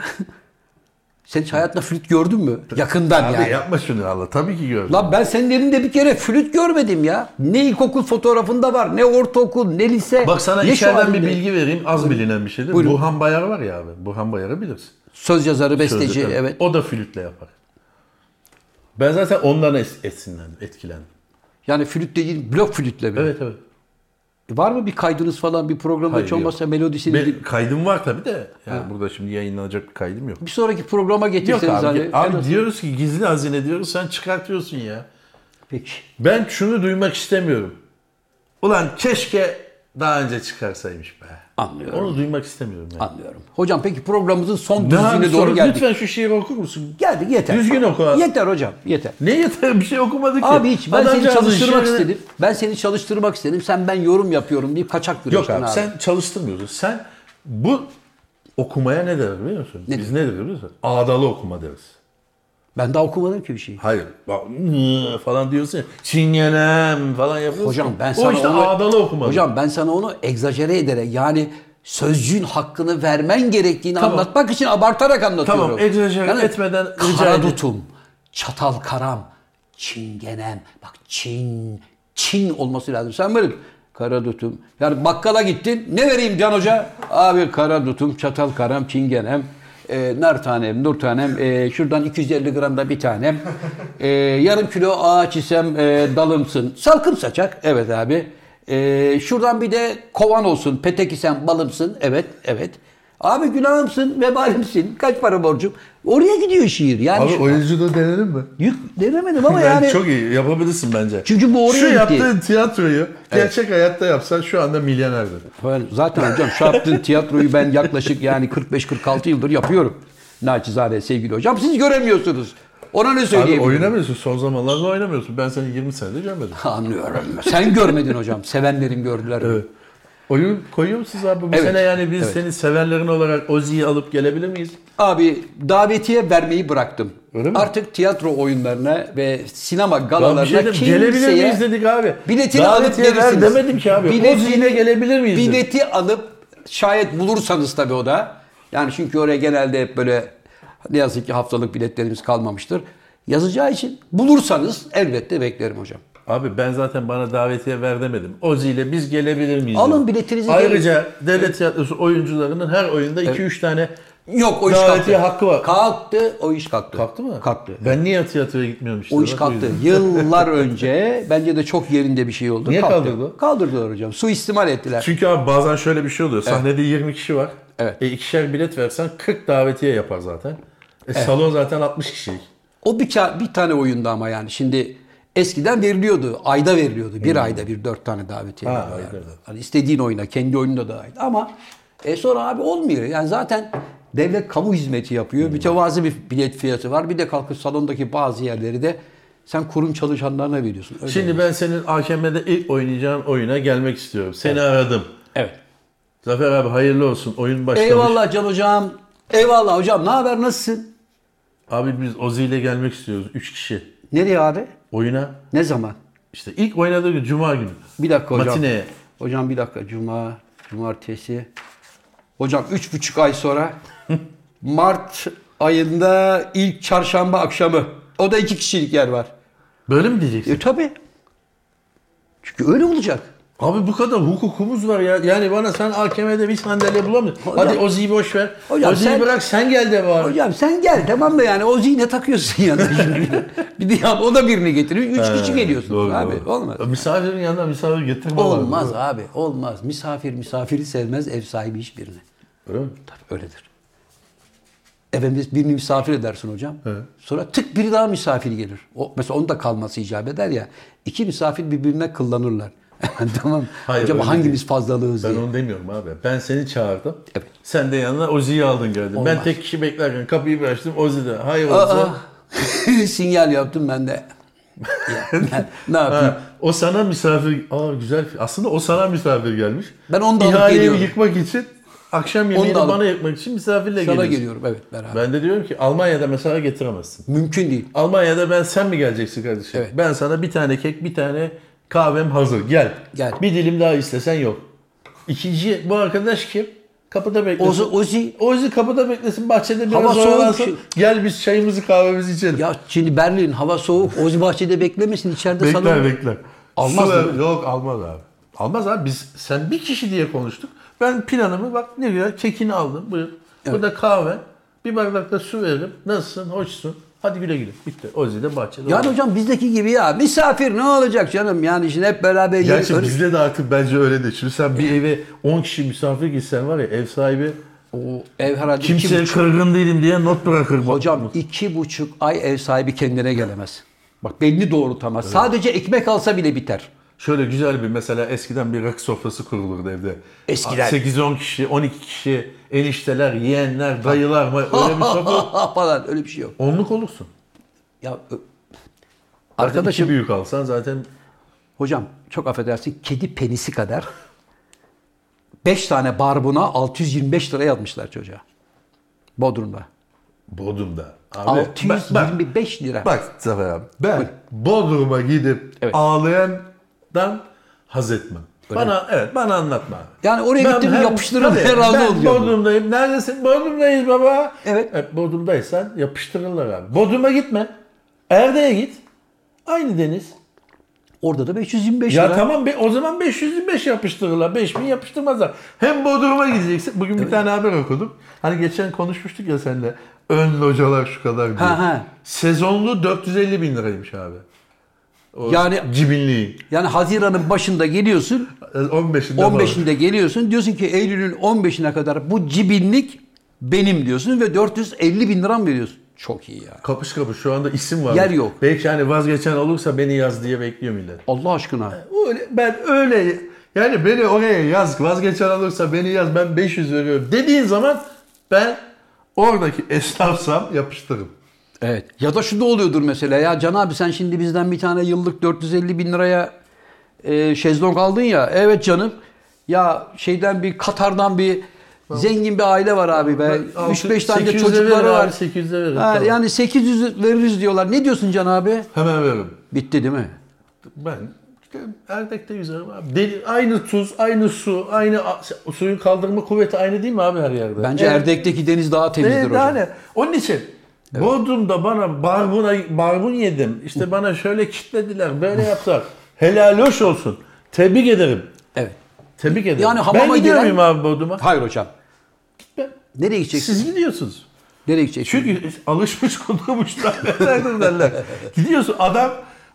Speaker 1: sen hiç hayatında flüt gördün mü? Yakından
Speaker 2: Abi
Speaker 1: yani.
Speaker 2: yapma şunu Allah. Tabii ki gördüm.
Speaker 1: Lan ben senin elinde bir kere flüt görmedim ya. Ne ilkokul fotoğrafında var, ne ortaokul, ne lise.
Speaker 2: Bak sana
Speaker 1: ne şu
Speaker 2: içeriden bir
Speaker 1: halinde.
Speaker 2: bilgi vereyim. Az bilinen bir şeydir.
Speaker 1: Buyurun.
Speaker 2: Burhan Bayar var ya abi. Burhan Bayar'ı bilirsin.
Speaker 1: Söz yazarı, besteci,
Speaker 2: Sözlü, tabii.
Speaker 1: evet.
Speaker 2: O da flütle yapar. Ben zaten ondan es- etsinlendim, etkilendim.
Speaker 1: Yani flüt değil, blok flütle mi?
Speaker 2: Evet evet.
Speaker 1: Var mı bir kaydınız falan bir programda
Speaker 2: Hayır,
Speaker 1: hiç olmazsa
Speaker 2: yok.
Speaker 1: melodisini
Speaker 2: Bir kaydım var tabii de. Yani burada şimdi yayınlanacak bir kaydım yok.
Speaker 1: bir sonraki programa
Speaker 2: Yok
Speaker 1: getirseniz
Speaker 2: abi.
Speaker 1: hani.
Speaker 2: abi diyoruz ki gizli hazine diyoruz sen çıkartıyorsun ya.
Speaker 1: Peki.
Speaker 2: Ben şunu duymak istemiyorum. Ulan keşke daha önce çıkarsaymış be.
Speaker 1: Anlıyorum.
Speaker 2: Onu duymak istemiyorum yani.
Speaker 1: Anlıyorum. Hocam peki programımızın son
Speaker 2: Ne abi,
Speaker 1: düzlüğüne doğru
Speaker 2: sonra
Speaker 1: geldik.
Speaker 2: Lütfen şu şiiri okur musun?
Speaker 1: Geldik yeter.
Speaker 2: Düzgün oku abi.
Speaker 1: Yeter hocam yeter.
Speaker 2: Ne yeter bir şey okumadı ki.
Speaker 1: Abi hiç ben seni
Speaker 2: Adamcağızın
Speaker 1: çalıştırmak
Speaker 2: şiirini-
Speaker 1: istedim. Ben seni çalıştırmak istedim. Sen ben yorum yapıyorum deyip kaçak
Speaker 2: Yok
Speaker 1: güreştin
Speaker 2: abi, sen çalıştırmıyorsun. Sen bu okumaya ne deriz biliyor musun? Biz ne deriz biliyor musun? Ağdalı okuma deriz.
Speaker 1: Ben daha okumadım ki bir şey.
Speaker 2: Hayır. Bak, "Nı" falan diyorsun ya. Çingenem falan yapıyorsun.
Speaker 1: Hocam ben
Speaker 2: O
Speaker 1: sana
Speaker 2: işte
Speaker 1: onu-
Speaker 2: ağdalı okuma.
Speaker 1: Hocam ben sana onu egzajere ederek yani sözcüğün hakkını vermen gerektiğini
Speaker 2: Tamam.
Speaker 1: anlatmak için abartarak anlatıyorum.
Speaker 2: Tamam, egzajere etmeden rica
Speaker 1: Kara
Speaker 2: edeyim.
Speaker 1: dutum, çatal karam, çingenem. Bak çin, çin olması lazım. Sen böyle kara dutum. Yani bakkala gittin. Ne vereyim Can Hoca? Abi kara dutum, çatal karam, çingenem. E, nar tanem, nur tanem, e, şuradan 250 gram da bir tanem. Ee, E, yarım kilo ağaç isem e, dalımsın. Salkım saçak, evet abi. Ee, şuradan bir de kovan olsun. Petekisen, balımsın. Evet, evet. Abi günahımsın, vebalimsin. Kaç para borcum? Oraya gidiyor şiir. Yani
Speaker 2: Abi
Speaker 1: şu-
Speaker 2: oyuncu da denelim mi?
Speaker 1: yük denemedim ama
Speaker 2: Ben
Speaker 1: yani.
Speaker 2: çok iyi yapabilirsin bence.
Speaker 1: Çünkü bu oraya
Speaker 2: Şu
Speaker 1: gitti.
Speaker 2: yaptığın tiyatroyu gerçek hayatta yapsan şu anda milyonerdin.
Speaker 1: Ben zaten hocam şu yaptığın tiyatroyu ben yaklaşık yani 45-46 yıldır yapıyorum. Naçizane sevgili hocam. Siz göremiyorsunuz. Ona ne
Speaker 2: Abi
Speaker 1: söyleyeyim?
Speaker 2: oynamıyorsun. Son zamanlarda oynamıyorsun. Ben seni 20 senedir görmedim.
Speaker 1: Anlıyorum. Sen görmedin hocam. Sevenlerim gördüler.
Speaker 2: Evet. Oyun koyuyor musunuz abi? Bu
Speaker 1: Evet.
Speaker 2: sene yani biz
Speaker 1: Evet.
Speaker 2: seni sevenlerin olarak Ozi'yi alıp gelebilir miyiz?
Speaker 1: Abi davetiye vermeyi bıraktım.
Speaker 2: Öyle mi?
Speaker 1: Artık tiyatro oyunlarına ve sinema
Speaker 2: Lan bir şey
Speaker 1: galalarına
Speaker 2: dedim, gelebilir
Speaker 1: kimseye
Speaker 2: miyiz dedik abi.
Speaker 1: biletini alıp
Speaker 2: Davetiye ver
Speaker 1: gelirsiniz.
Speaker 2: demedim ki abi. Ozi'yle gelebilir miyiz? dedim.
Speaker 1: Bileti alıp şayet bulursanız tabii o da. Yani çünkü oraya genelde hep böyle ne yazık ki haftalık biletlerimiz kalmamıştır. Yazacağı için bulursanız elbette beklerim hocam.
Speaker 2: Abi ben zaten bana davetiye ver demedim. Ozi ile biz gelebilir miyiz?
Speaker 1: Alın
Speaker 2: dedim.
Speaker 1: biletinizi
Speaker 2: Ayrıca devlet tiyatrosu oyuncularının her oyunda 2-3 tane
Speaker 1: Yok o iş kalktı.
Speaker 2: davetiye hakkı var.
Speaker 1: Kalktı o iş kalktı.
Speaker 2: Kalktı mı?
Speaker 1: Kalktı.
Speaker 2: Ben niye tiyatroya gitmiyorum işte.
Speaker 1: O iş
Speaker 2: bak
Speaker 1: kalktı.
Speaker 2: yüzden.
Speaker 1: Yıllar önce bence de çok yerinde bir şey oldu.
Speaker 2: Niye
Speaker 1: Kalktı.
Speaker 2: kaldırdı?
Speaker 1: Kaldırdılar hocam. Suistimal ettiler.
Speaker 2: Çünkü abi bazen şöyle bir şey oluyor. Sahnede 20 kişi var.
Speaker 1: Evet.
Speaker 2: E ikişer bilet versen 40 davetiye yapar zaten. E salon zaten 60 kişilik.
Speaker 1: O bir, ça- bir tane oyunda ama yani şimdi eskiden veriliyordu. Ayda veriliyordu. Bir ayda bir dört tane davetiye.
Speaker 2: Hmm. Ha,
Speaker 1: veriyorlardı.
Speaker 2: ayda da.
Speaker 1: Hani istediğin oyuna, kendi oyununda da ayda. Ama e, sonra abi olmuyor. Yani zaten devlet kamu hizmeti
Speaker 2: Hmm.
Speaker 1: yapıyor. Mütevazi bir bilet fiyatı var. Bir de kalkıp salondaki bazı yerleri de sen kurum çalışanlarına veriyorsun. Öyle
Speaker 2: Şimdi ben senin AKM'de ilk oynayacağın oyuna gelmek istiyorum. Seni aradım.
Speaker 1: Evet.
Speaker 2: Zafer abi hayırlı olsun. Oyun başlamış.
Speaker 1: Eyvallah Can Hocam. Eyvallah hocam. Ne haber? Nasılsın?
Speaker 2: Abi biz Ozi ile gelmek istiyoruz. 3 kişi.
Speaker 1: Nereye abi?
Speaker 2: Oyuna.
Speaker 1: Ne zaman?
Speaker 2: İşte ilk oynadığı gün Cuma günü.
Speaker 1: Bir dakika hocam.
Speaker 2: Matineye.
Speaker 1: Hocam bir dakika. Cuma, cumartesi. Hocam üç buçuk ay sonra Mart ayında ilk çarşamba akşamı. O da iki kişilik yer var.
Speaker 2: Böyle mi diyeceksin?
Speaker 1: E tabi. Çünkü öyle olacak.
Speaker 2: Abi bu kadar hukukumuz var ya. Yani bana sen AKM'de bir sandalye bulamıyorsun.
Speaker 1: Hocam-
Speaker 2: Hadi Ozi'yi boş ver.
Speaker 1: Hocam
Speaker 2: Ozi'yi
Speaker 1: sen-
Speaker 2: bırak sen gel de bari.
Speaker 1: Hocam sen gel tamam da yani o zihne takıyorsun yanına şimdi. bir de ya o da birini getiriyor. Üç kişi geliyorsunuz
Speaker 2: Doğru,
Speaker 1: abi.
Speaker 2: doğru.
Speaker 1: Olmaz.
Speaker 2: Misafirin yanına misafir getirme.
Speaker 1: Olmaz
Speaker 2: abi.
Speaker 1: abi. Olmaz. Misafir misafiri sevmez. Ev sahibi hiçbirini.
Speaker 2: Öyle mi?
Speaker 1: Tabii öyledir. Efendim birini misafir edersin hocam. Sonra tık biri daha misafir gelir. O, mesela onun da kalması icap eder ya. İki misafir birbirine kıllanırlar. tamam.
Speaker 2: Hayır,
Speaker 1: hocam
Speaker 2: öyle
Speaker 1: hangimiz
Speaker 2: değil.
Speaker 1: fazlalığız
Speaker 2: Ben
Speaker 1: diye.
Speaker 2: onu demiyorum abi. Ben seni çağırdım.
Speaker 1: Evet.
Speaker 2: Sen de yanına Ozi'yi aldın geldin. Ben
Speaker 1: Olmaz.
Speaker 2: tek kişi beklerken kapıyı bir açtım. Ozi de hayır
Speaker 1: Aa,
Speaker 2: olsun.
Speaker 1: sinyal yaptım ben de. Ya, ben ne yapayım?
Speaker 2: Ha, o sana misafir... Aa güzel. fi- Aslında o sana misafir gelmiş.
Speaker 1: Ben onu da alıp
Speaker 2: İhaleyi
Speaker 1: geliyorum.
Speaker 2: yıkmak için akşam yemeğini
Speaker 1: alıp-
Speaker 2: bana yapmak için misafirle
Speaker 1: Sana
Speaker 2: geliyorsun.
Speaker 1: geliyorum evet beraber.
Speaker 2: Ben de diyorum ki Almanya'da mesela getiremezsin.
Speaker 1: Mümkün değil.
Speaker 2: Almanya'da ben sen mi geleceksin kardeşim?
Speaker 1: Evet.
Speaker 2: Ben sana bir tane kek, bir tane kahvem hazır. Gel.
Speaker 1: Gel.
Speaker 2: Bir dilim daha istesen yok. İkinci bu arkadaş kim? Kapıda beklesin.
Speaker 1: Ozi- Ozi.
Speaker 2: Ozi kapıda beklesin. Bahçede biraz
Speaker 1: Hava soğuk. şey.
Speaker 2: zorlansın. Gel biz çayımızı kahvemizi içelim.
Speaker 1: Ya şimdi Berlin hava soğuk. Ozi bahçede beklemesin içeride
Speaker 2: bekler
Speaker 1: salon.
Speaker 2: bekler.
Speaker 1: Almaz
Speaker 2: Sıra-
Speaker 1: değil
Speaker 2: Yok almaz abi. Almaz abi. Biz sen bir kişi diye konuştuk. Ben planımı bak ne güzel kekini aldım. Buyur. Bu da kahve. Bir bardak da su veririm. Nasılsın? Hoşsun. Hadi güle güle. Bitti. Ozi de bahçede.
Speaker 1: Yani hocam bizdeki gibi ya misafir ne olacak canım yani şimdi hep beraber yeriz.
Speaker 2: Gerçi bizde de artık bence öyle değil. Şimdi sen bir eve 10 kişi misafir gitsen var ya ev sahibi
Speaker 1: O ev herhalde iki
Speaker 2: kimseye
Speaker 1: buçuk-
Speaker 2: kırgın değilim diye not bırakır.
Speaker 1: hocam iki buçuk ay ev sahibi kendine gelemez. Bak belini doğrultamaz. Sadece ekmek alsa bile biter.
Speaker 2: Şöyle güzel bir mesela eskiden bir rakı sofrası kurulurdu evde.
Speaker 1: Eskiden.
Speaker 2: 8-10 kişi, 12 kişi, enişteler, yeğenler, dayılar mı? Öyle bir sofra.
Speaker 1: falan öyle bir şey yok.
Speaker 2: Onluk olursun.
Speaker 1: Ya ö-
Speaker 2: Arkadaşı
Speaker 1: arkadaşım
Speaker 2: büyük alsan zaten
Speaker 1: hocam çok affedersin kedi penisi kadar 5 tane barbuna 625 lira yazmışlar çocuğa. Bodrum'da.
Speaker 2: Bodrum'da. Abi, bak- bak-
Speaker 1: 625 lira.
Speaker 2: Bak Zafer abi ben Bodrum'a gidip
Speaker 1: Evet.
Speaker 2: ağlayandan haz etmem. bana evet bana anlatma.
Speaker 1: Yani oraya gittim,
Speaker 2: hem-
Speaker 1: yapıştırırım,
Speaker 2: tabii,
Speaker 1: herhalde
Speaker 2: ben
Speaker 1: oluyor bu.
Speaker 2: Bodrum'dayım. Neredesin? Bodrum'dayız baba.
Speaker 1: Evet.
Speaker 2: Bodrum'daysan yapıştırırlar abi. Bodrum'a gitme. Erde'ye git. Aynı deniz.
Speaker 1: Orada da 525
Speaker 2: Ya
Speaker 1: lira.
Speaker 2: tamam be, o zaman 525 yapıştırırlar. 5000 yapıştırmazlar. Hem Bodrum'a gideceksin. Bugün bir tane haber okudum. Hani geçen konuşmuştuk ya seninle. Ön localar şu kadar diye.
Speaker 1: Ha, ha.
Speaker 2: Sezonlu 450 bin liraymış abi. O
Speaker 1: Yani-
Speaker 2: cibinliği.
Speaker 1: Yani Haziran'ın başında geliyorsun,
Speaker 2: 15'inde
Speaker 1: 15'inde geliyorsun. Diyorsun ki Eylül'ün 15'ine kadar bu cibinlik benim diyorsun ve 450 bin liram veriyorsun. Çok iyi ya.
Speaker 2: Kapış kapış şu anda isim var.
Speaker 1: Yer yok.
Speaker 2: Belki hani vazgeçen olursa beni yaz diye bekliyor millet.
Speaker 1: Allah aşkına.
Speaker 2: Öyle, ben öyle yani beni oraya yaz vazgeçen olursa beni yaz ben 500 veriyorum dediğin zaman ben oradaki esnafsam yapıştırırım.
Speaker 1: Evet. Ya da şu da oluyordur mesela. Ya Can abi sen şimdi bizden bir tane yıllık 450 bin liraya e, şezlong aldın ya. Evet canım. Ya şeyden bir Katar'dan bir zengin bir aile var abi be.
Speaker 2: Altı-
Speaker 1: 3-5 tane de
Speaker 2: 800'e verir
Speaker 1: çocukları
Speaker 2: abi,
Speaker 1: var.
Speaker 2: 800'e verir.
Speaker 1: Ha,
Speaker 2: tamam.
Speaker 1: Yani 800 veririz diyorlar. Ne diyorsun Can abi?
Speaker 2: Hemen veririm.
Speaker 1: Bitti değil mi?
Speaker 2: Ben işte Erdek'te yüzerim abi. Deli- aynı tuz, aynı su, aynı a- suyun kaldırma kuvveti aynı değil mi abi her yerde?
Speaker 1: Bence
Speaker 2: Evet.
Speaker 1: Erdek'teki deniz daha temizdir
Speaker 2: Ee,
Speaker 1: hocam.
Speaker 2: daha ne? Onun için Bodrum'da bana barbun, barbun yedim. İşte bana şöyle kitlediler, böyle yaptılar. Helal hoş olsun. Tebrik ederim.
Speaker 1: Evet.
Speaker 2: Tebrik ederim.
Speaker 1: Yani hamama
Speaker 2: ben gidiyor
Speaker 1: giren-
Speaker 2: muyum abi Bodrum'a?
Speaker 1: Hayır hocam. Nereye gideceksin?
Speaker 2: Siz gidiyorsunuz.
Speaker 1: Nereye gideceksin?
Speaker 2: Çünkü alışmış kudurmuş derlerdir derler. Gidiyorsun adam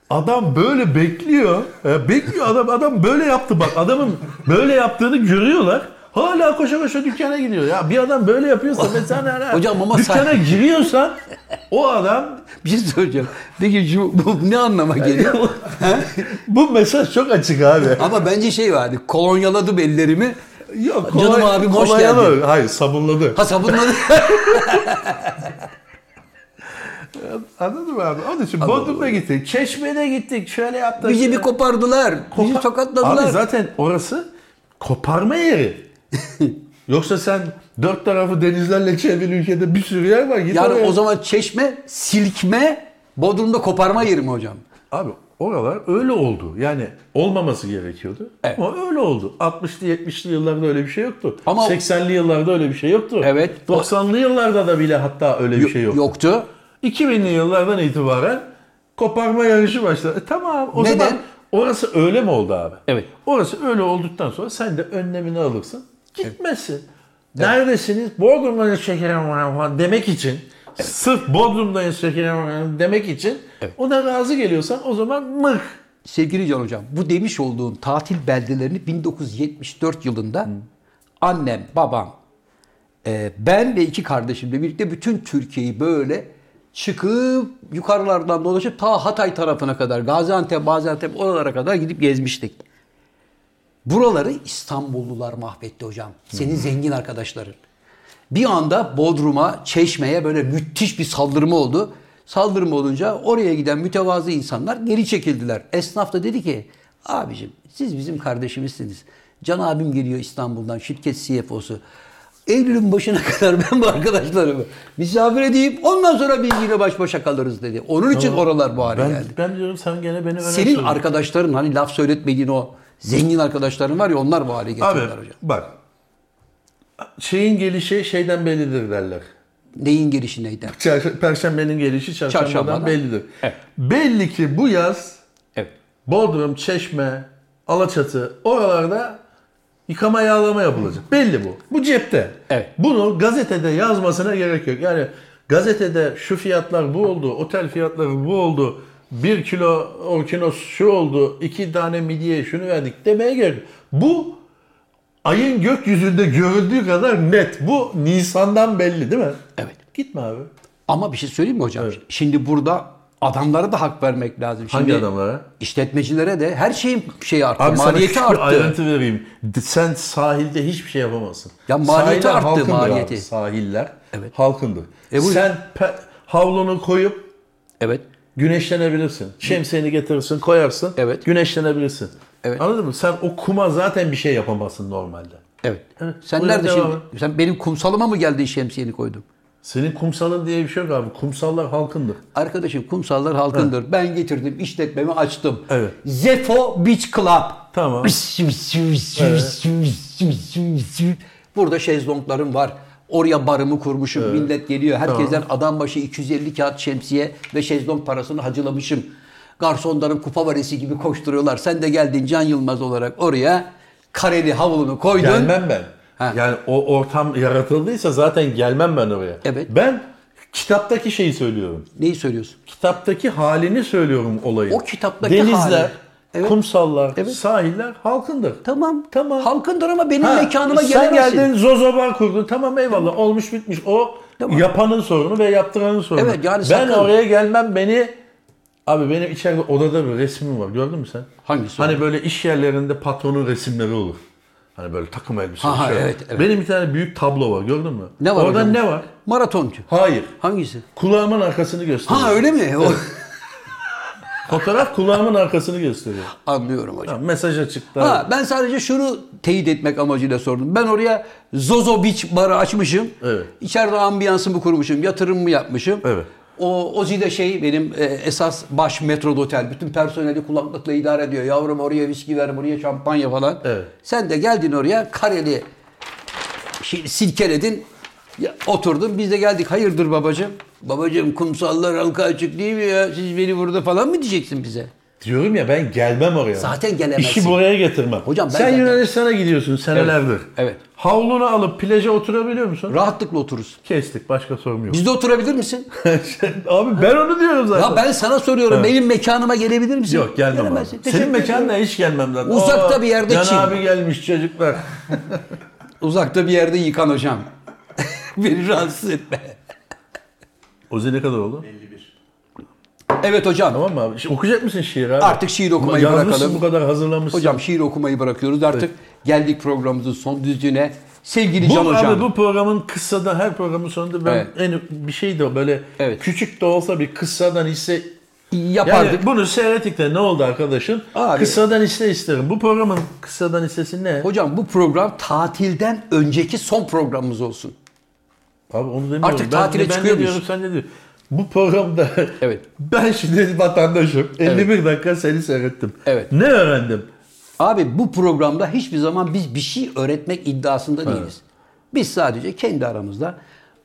Speaker 2: adam böyle bekliyor. Ya bekliyor adam adam böyle yaptı bak adamın böyle yaptığını görüyorlar. Hala koşa koşa dükkana gidiyor. Ya bir adam böyle yapıyorsa ben sen hala
Speaker 1: Hocam ama sen-
Speaker 2: dükkana giriyorsan o adam
Speaker 1: Bir şey söyleyeceğim. Peki şu, bu ne anlama geliyor?
Speaker 2: bu mesaj çok açık abi.
Speaker 1: Ama bence şey vardı. Kolonyaladım ellerimi.
Speaker 2: Yok,
Speaker 1: Canım abi, hoş
Speaker 2: kolay
Speaker 1: geldin.
Speaker 2: alır. Hayır sabunladı.
Speaker 1: Ha sabunladı.
Speaker 2: Anladın mı abi? Onun için Bodrum'a gittik. Çeşme'de gittik. Şöyle yaptık.
Speaker 1: Bizi bir kopardılar. Bizi
Speaker 2: Kopa-
Speaker 1: tokatladılar.
Speaker 2: Abi zaten orası koparma yeri. Yoksa sen dört tarafı denizlerle çevrili ülkede bir sürü yer var. Git
Speaker 1: yani
Speaker 2: oraya.
Speaker 1: o zaman çeşme, silkme, Bodrum'da koparma yeri mi hocam?
Speaker 2: Abi oralar öyle oldu. Yani olmaması gerekiyordu.
Speaker 1: Evet.
Speaker 2: Ama öyle oldu. 60'lı 70'li yıllarda öyle bir şey yoktu.
Speaker 1: Ama-
Speaker 2: 80'li yıllarda öyle bir şey yoktu.
Speaker 1: Evet.
Speaker 2: 90'lı yıllarda da bile hatta öyle bir şey yoktu.
Speaker 1: Yoktu.
Speaker 2: 2000'li yıllardan itibaren koparma yarışı başladı. E tamam o
Speaker 1: Neden?
Speaker 2: zaman orası öyle mi oldu abi?
Speaker 1: Evet.
Speaker 2: Orası öyle olduktan sonra sen de önlemini alırsın. Gitmesin. Neredesiniz? Bodrum'dan şekerim var falan demek için sırf Bodrum'dan şekerim var demek için ona razı geliyorsan o zaman mıh.
Speaker 1: Sevgili Can Hocam, bu demiş olduğun tatil beldelerini 1974 yılında annem, babam, e, ben ve iki kardeşimle birlikte bütün Türkiye'yi böyle çıkıp yukarılardan dolaşıp ta Hatay tarafına kadar, Gaziantep, Gaziantep oralara kadar gidip gezmiştik. Buraları İstanbullular mahvetti hocam. Senin zengin arkadaşların. Bir anda Bodrum'a, Çeşme'ye böyle müthiş bir saldırma oldu. Saldırma olunca oraya giden mütevazı insanlar geri çekildiler. Esnaf da dedi ki abicim siz bizim kardeşimizsiniz. Can abim geliyor İstanbul'dan şirket CFO'su. Eylül'ün başına kadar ben bu arkadaşlarımı misafir edeyim ondan sonra bilgiyle baş başa kalırız dedi. Onun için oralar bu hale
Speaker 2: Ben,
Speaker 1: geldi.
Speaker 2: ben diyorum sen gene beni öne
Speaker 1: Senin
Speaker 2: sürdün.
Speaker 1: arkadaşların hani laf söyletmediğin o zengin arkadaşların var ya onlar bu hale
Speaker 2: Abi
Speaker 1: getiriyorlar hocam.
Speaker 2: bak şeyin gelişi şeyden bellidir derler.
Speaker 1: Neyin gelişi neyden?
Speaker 2: Çarş- Perşembenin gelişi çarşambadan,
Speaker 1: Çarşambadan.
Speaker 2: bellidir. Belli ki bu yaz
Speaker 1: Evet.
Speaker 2: Bodrum, Çeşme, Alaçatı oralarda yıkama yağlama yapılacak. Belli bu. Bu cepte.
Speaker 1: Evet.
Speaker 2: Bunu gazetede yazmasına gerek yok. Yani gazetede şu fiyatlar bu oldu, otel fiyatları bu oldu, bir kilo orkinos şu oldu, iki tane midye şunu verdik demeye gerek yok. Bu ayın gökyüzünde görüldüğü kadar net. Bu Nisan'dan belli değil mi?
Speaker 1: Evet.
Speaker 2: Gitme abi.
Speaker 1: Ama bir şey söyleyeyim mi hocam? Şimdi burada adamlara da hak vermek lazım. Şimdi
Speaker 2: Hangi adamlara?
Speaker 1: İşletmecilere de her şeyin şeyi arttı.
Speaker 2: Abi
Speaker 1: maliyeti
Speaker 2: sana küçük bir
Speaker 1: arttı.
Speaker 2: ayrıntı vereyim. D- Sen sahilde hiçbir şey yapamazsın.
Speaker 1: Ya maliyeti arttı,
Speaker 2: halkındır abi.
Speaker 1: maliyeti.
Speaker 2: Sahiller
Speaker 1: Evet.
Speaker 2: halkındır.
Speaker 1: E bu-
Speaker 2: Sen pe- havlunu koyup
Speaker 1: Evet.
Speaker 2: güneşlenebilirsin. Şemsiyeni getirirsin, koyarsın.
Speaker 1: Evet.
Speaker 2: Güneşlenebilirsin.
Speaker 1: Evet.
Speaker 2: Anladın mı? Sen o kuma zaten bir şey yapamazsın normalde.
Speaker 1: Evet.
Speaker 2: Evet,
Speaker 1: Sen
Speaker 2: buyurun
Speaker 1: nerede
Speaker 2: devam
Speaker 1: şimdi? Sen benim kumsalıma mı geldin şemsiyeni koydun?
Speaker 2: Senin kumsalın diye bir şey yok abi. Kumsallar halkındır.
Speaker 1: Arkadaşım kumsallar halkındır. Ben getirdim işletmemi açtım.
Speaker 2: Evet.
Speaker 1: Zefo Beach Club.
Speaker 2: Tamam.
Speaker 1: Burada şezlonglarım var. Oraya barımı kurmuşum. Millet geliyor. Herkesten adam başı 250 kağıt şemsiye ve şezlong parasını hacılamışım. Garsonların kupa varisi gibi koşturuyorlar. Sen de geldin Can Yılmaz olarak oraya kareli havlunu koydun.
Speaker 2: Gelmem ben.
Speaker 1: Ha.
Speaker 2: Yani o ortam yaratıldıysa zaten gelmem ben oraya.
Speaker 1: Evet.
Speaker 2: Ben Kitaptaki şeyi söylüyorum.
Speaker 1: Neyi söylüyorsun?
Speaker 2: Kitaptaki halini söylüyorum olayın.
Speaker 1: O kitaptaki
Speaker 2: Denizler,
Speaker 1: hali. Evet.
Speaker 2: kumsallar,
Speaker 1: Evet.
Speaker 2: sahiller halkındır.
Speaker 1: Tamam.
Speaker 2: Tamam.
Speaker 1: Halkındır ama benim
Speaker 2: Ha,
Speaker 1: mekanıma
Speaker 2: Sen
Speaker 1: gelemezsin.
Speaker 2: geldin Zozo Bar kurdun. Tamam eyvallah olmuş bitmiş. O
Speaker 1: Tamam.
Speaker 2: yapanın sorunu ve yaptıranın sorunu.
Speaker 1: Evet, yani
Speaker 2: ben
Speaker 1: sakın-
Speaker 2: oraya gelmem beni... Abi benim içeride odada bir resmim var. Gördün mü sen?
Speaker 1: Hangisi o?
Speaker 2: Hani böyle iş yerlerinde patronun resimleri olur. Hani böyle takım elbise.
Speaker 1: Ha, ha,
Speaker 2: şöyle.
Speaker 1: evet, evet.
Speaker 2: Benim bir tane büyük tablo var gördün mü?
Speaker 1: Ne var
Speaker 2: Orada
Speaker 1: hocam?
Speaker 2: ne var?
Speaker 1: Maratoncu.
Speaker 2: Hayır.
Speaker 1: Hangisi?
Speaker 2: Kulağımın arkasını gösteriyor.
Speaker 1: Ha öyle mi? O-
Speaker 2: Fotoğraf kulağımın arkasını gösteriyor.
Speaker 1: Anlıyorum hocam.
Speaker 2: Ha, mesaj açıkta.
Speaker 1: Ha, ben sadece şunu teyit etmek amacıyla sordum. Ben oraya Zozo Beach barı açmışım.
Speaker 2: Evet.
Speaker 1: İçeride ambiyansımı kurmuşum, yatırımımı yapmışım.
Speaker 2: Evet.
Speaker 1: O Ozi de şey benim e, esas baş metro otel. Bütün personeli kulaklıkla idare ediyor. Yavrum oraya viski ver, buraya şampanya falan.
Speaker 2: Evet.
Speaker 1: Sen de geldin oraya kareli şey, silkeledin. Ya, oturdun. Biz de geldik. Hayırdır babacığım? Babacığım kumsallar halka açık değil mi ya? Siz beni burada falan mı diyeceksin bize?
Speaker 2: Diyorum ya ben gelmem oraya.
Speaker 1: Zaten gelemezsin.
Speaker 2: İşi buraya getirmem.
Speaker 1: Hocam ben
Speaker 2: Sen
Speaker 1: zaten-
Speaker 2: Yunanistan'a gidiyorsun senelerdir.
Speaker 1: evet.
Speaker 2: Havlunu alıp plaja oturabiliyor musun?
Speaker 1: Rahatlıkla otururuz.
Speaker 2: Kestik başka sorum yok.
Speaker 1: Bizde oturabilir misin?
Speaker 2: Abi ben onu diyorum zaten.
Speaker 1: Ya ben sana soruyorum. Benim mekanıma gelebilir misin?
Speaker 2: Yok gelmem abi.
Speaker 1: Gelemezsin.
Speaker 2: Senin
Speaker 1: Teşekkür ederim.
Speaker 2: mekanına hiç gelmem zaten.
Speaker 1: Uzakta bir yerde
Speaker 2: Can
Speaker 1: Çin.
Speaker 2: abi gelmiş çocuklar.
Speaker 1: Uzakta bir yerde yıkan hocam. Beni rahatsız etme.
Speaker 2: Ozi ne kadar oldu?
Speaker 3: 51.
Speaker 1: Evet hocam.
Speaker 2: Tamam mı abi? Şi- okuyacak mısın şiir abi?
Speaker 1: Artık şiir okumayı
Speaker 2: Yazmışsın
Speaker 1: bırakalım.
Speaker 2: bu kadar hazırlamışsın.
Speaker 1: Hocam şiir okumayı bırakıyoruz artık. Geldik programımızın son düzlüğüne. Sevgili
Speaker 2: bu
Speaker 1: Can
Speaker 2: abi
Speaker 1: hocam.
Speaker 2: bu programın kıssada her programın sonunda ben
Speaker 1: Evet.
Speaker 2: en bir şey de böyle
Speaker 1: Evet.
Speaker 2: küçük de olsa bir kıssadan hisse
Speaker 1: Yapardık.
Speaker 2: Yani bunu seyrettik de ne oldu arkadaşın?
Speaker 1: Abi-
Speaker 2: Kıssadan hisse isterim. Bu programın kıssadan hissesi ne?
Speaker 1: Hocam bu program tatilden önceki son programımız olsun.
Speaker 2: Abi onu demiyorum.
Speaker 1: Artık tatile
Speaker 2: ben, ben
Speaker 1: çıkıyor
Speaker 2: ne diyorum
Speaker 1: muyuz?
Speaker 2: sen ne diyorsun? Bu programda
Speaker 1: Evet.
Speaker 2: ben şimdi vatandaşım. 51 dakika seni seyrettim.
Speaker 1: Evet.
Speaker 2: Ne öğrendim?
Speaker 1: Abi bu programda hiçbir zaman biz bir şey öğretmek iddiasında değiliz. Biz sadece kendi aramızda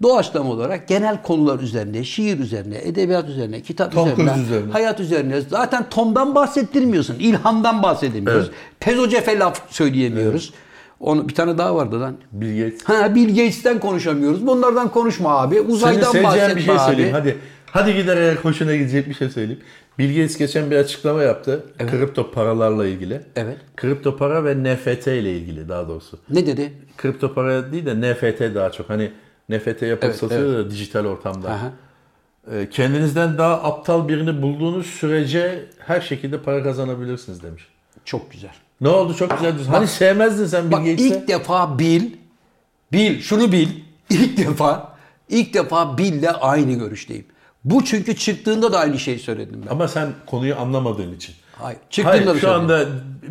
Speaker 1: doğaçlama olarak genel konular üzerine, şiir üzerine, edebiyat üzerine, kitap
Speaker 2: Tom
Speaker 1: üzerine,
Speaker 2: Cruise üzerine.
Speaker 1: hayat üzerine. Zaten Tom'dan bahsettirmiyorsun, ilhamdan bahsedemiyoruz. Pezo cefe laf söyleyemiyoruz. Onu bir tane daha vardı lan.
Speaker 2: Bill Gates.
Speaker 1: Ha Bill Gates'ten konuşamıyoruz. Bunlardan konuşma abi.
Speaker 2: Senin
Speaker 1: Uzaydan
Speaker 2: seveceğin
Speaker 1: bahsetme
Speaker 2: bir şey
Speaker 1: abi.
Speaker 2: söyleyeyim. Hadi hadi gider eğer hoşuna gidecek bir şey söyleyeyim. Bill Gates geçen bir açıklama yaptı. Kripto paralarla ilgili.
Speaker 1: Evet.
Speaker 2: Kripto para ve NFT ile ilgili daha doğrusu.
Speaker 1: Ne dedi?
Speaker 2: kripto para değil de NFT daha çok. Hani NFT yapıp
Speaker 1: Evet,
Speaker 2: satıyor da dijital ortamda.
Speaker 1: Aha.
Speaker 2: Ee, Kendinizden daha aptal birini bulduğunuz sürece her şekilde para kazanabilirsiniz demiş.
Speaker 1: Çok güzel.
Speaker 2: Ne oldu çok güzel. düz- hani sevmezdin sen Bill
Speaker 1: Bak
Speaker 2: Gates'i.
Speaker 1: ilk defa Bill, Bill şunu bil. ilk defa, ilk defa Bill'le aynı görüşteyim. Bu çünkü çıktığında da aynı şeyi söyledim ben.
Speaker 2: Ama sen konuyu anlamadığın için.
Speaker 1: Hayır, çıktığında
Speaker 2: Hayır
Speaker 1: da
Speaker 2: şu
Speaker 1: söyledim.
Speaker 2: anda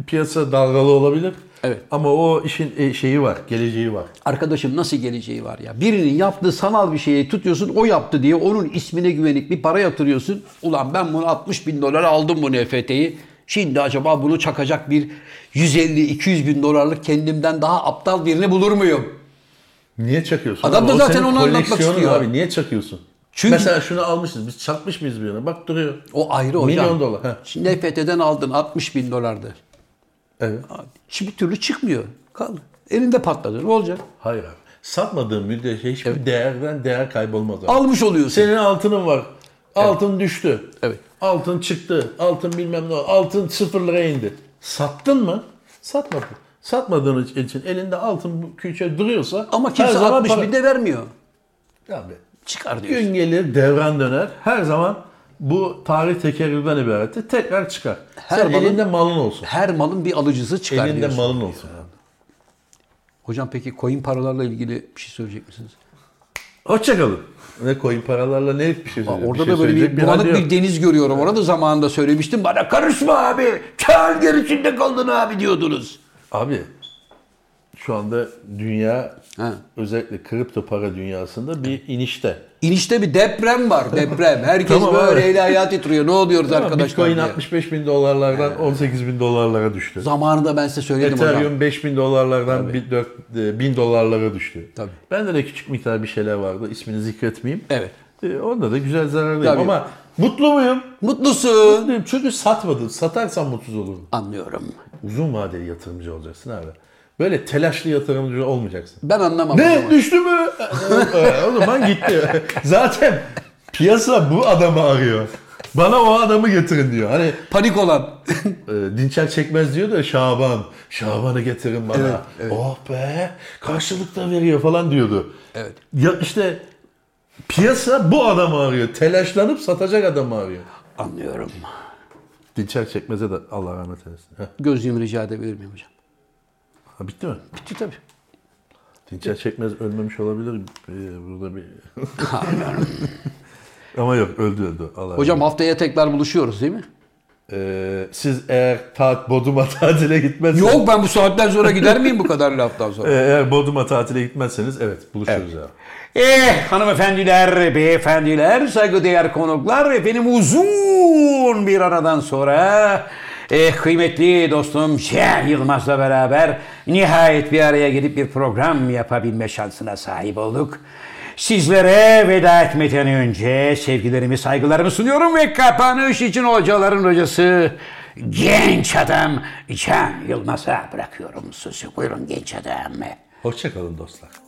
Speaker 2: piyasa dalgalı olabilir.
Speaker 1: Evet.
Speaker 2: Ama o işin e, şeyi var, geleceği var.
Speaker 1: Arkadaşım nasıl geleceği var ya? Birinin yaptığı sanal bir şeyi tutuyorsun, o yaptı diye onun ismine güvenip bir para yatırıyorsun. Ulan ben bunu 60 bin dolara aldım bu NFT'yi. Şimdi acaba bunu çakacak bir 150-200 bin dolarlık kendimden daha aptal birini bulur muyum?
Speaker 2: Niye çakıyorsun?
Speaker 1: Adam da
Speaker 2: O
Speaker 1: zaten
Speaker 2: senin
Speaker 1: onu anlatmak
Speaker 2: koleksiyonun
Speaker 1: istiyor.
Speaker 2: Abi niye çakıyorsun?
Speaker 1: Çünkü-
Speaker 2: Mesela şunu almışız. Biz çakmış mıyız bir yana? Bak duruyor.
Speaker 1: O ayrı hocam.
Speaker 2: Milyon dolar, heh.
Speaker 1: Şimdi NFT'den aldın 60 bin dolardı.
Speaker 2: Evet.
Speaker 1: Hiçbir türlü çıkmıyor. Kaldı. Elinde patladı. Ne olacak?
Speaker 2: Hayır abi. Satmadığın müddetçe hiçbir değerden değer kaybolmaz abi.
Speaker 1: Almış oluyorsun.
Speaker 2: Senin altının var. Altın düştü.
Speaker 1: Evet.
Speaker 2: Altın çıktı. Altın bilmem ne. oldu. Altın sıfır liraya indi. Sattın mı? Satmadın. Satmadığın için elinde altın bu külçe duruyorsa
Speaker 1: Ama kimse
Speaker 2: her zaman
Speaker 1: 60
Speaker 2: para-
Speaker 1: bin de vermiyor.
Speaker 2: Abi,
Speaker 1: Çıkar diyorsun.
Speaker 2: gün gelir devran döner. Her zaman bu tarih tekerrürden ibarettir. Tekrar çıkar.
Speaker 1: Her
Speaker 2: Sen
Speaker 1: malın-
Speaker 2: elinde malın olsun.
Speaker 1: Her malın bir alıcısı çıkar
Speaker 2: elinde
Speaker 1: diyorsun.
Speaker 2: malın olsun. abi.
Speaker 1: Hocam peki coin paralarla ilgili bir şey söyleyecek misiniz?
Speaker 2: Hoşçakalın. Ne koyun paralarla ne bir şey
Speaker 1: Aa,
Speaker 2: söyleyecek.
Speaker 1: orada
Speaker 2: şey
Speaker 1: da böyle bir
Speaker 2: söyleyecek
Speaker 1: bulanık
Speaker 2: hali
Speaker 1: bir,
Speaker 2: yok.
Speaker 1: deniz görüyorum. Orada zamanında söylemiştim. Bana karışma abi. Kağıt gerisinde kaldın abi diyordunuz.
Speaker 2: Abi şu anda dünya
Speaker 1: Ha.
Speaker 2: özellikle kripto para dünyasında bir inişte.
Speaker 1: İnişte bir deprem var. Deprem. Herkes
Speaker 2: Tamam
Speaker 1: böyle
Speaker 2: abi.
Speaker 1: eli ayağı titriyor. Ne oluyoruz arkadaşlar
Speaker 2: Bitcoin
Speaker 1: diye.
Speaker 2: 65 bin dolarlardan 18 bin dolarlara düştü.
Speaker 1: Zamanında ben size söyledim hocam.
Speaker 2: Ethereum 5 bin dolarlardan 4 bin dolarlara düştü.
Speaker 1: Tabii.
Speaker 2: Bende de küçük miktar bir şeyler vardı. İsmini zikretmeyeyim.
Speaker 1: Evet.
Speaker 2: E, Onda da güzel zarardayım
Speaker 1: Tabii.
Speaker 2: ama mutlu muyum?
Speaker 1: Mutlusun.
Speaker 2: Mutluyum. Çünkü satmadım. Satarsan mutsuz olurum.
Speaker 1: Anlıyorum.
Speaker 2: Uzun vadeli yatırımcı olacaksın abi. Böyle telaşlı yatırımcı olmayacaksın.
Speaker 6: Ben anlamam. o
Speaker 2: Ne
Speaker 6: zaman.
Speaker 2: düştü mü? Ee, o zaman gitti. Zaten piyasa bu adamı arıyor. Bana o adamı getirin diyor. Hani
Speaker 6: Panik olan.
Speaker 2: e, Dinçer çekmez diyor da Şaban. Şaban'ı getirin bana. Oh be karşılık da veriyor falan diyordu.
Speaker 6: Evet.
Speaker 2: Ya işte piyasa bu adamı arıyor. Telaşlanıp satacak adamı arıyor.
Speaker 6: Anlıyorum.
Speaker 2: Dinçer çekmeze de Allah rahmet eylesin. Heh,
Speaker 6: Gözlüğümü rica edebilir miyim hocam?
Speaker 2: ha, bitti mi?
Speaker 6: Bitti tabii.
Speaker 2: Dinçer çekmez ölmemiş olabilir. Ee, burada bir... Ama yok öldü öldü. Allah
Speaker 6: Hocam haftaya tekrar buluşuyoruz değil mi?
Speaker 2: Ee, siz eğer ta- Bodrum'a tatile gitmezseniz...
Speaker 6: Yok ben bu saatten sonra gider miyim bu kadar laftan
Speaker 2: Ee,
Speaker 6: sonra?
Speaker 2: Eğer Bodrum'a tatile gitmezseniz evet buluşuruz abi.
Speaker 1: Eh hanımefendiler, beyefendiler, saygıdeğer konuklar efendim uzun bir aradan sonra eh, kıymetli dostum Şen Yılmaz'la beraber nihayet bir araya gelip bir program yapabilme şansına sahip olduk. Sizlere veda etmeden önce sevgilerimi, saygılarımı sunuyorum ve kapanış için hocaların hocası genç adam Can Yılmaz'a bırakıyorum sözü. Buyurun genç adam.
Speaker 2: Hoşçakalın dostlar.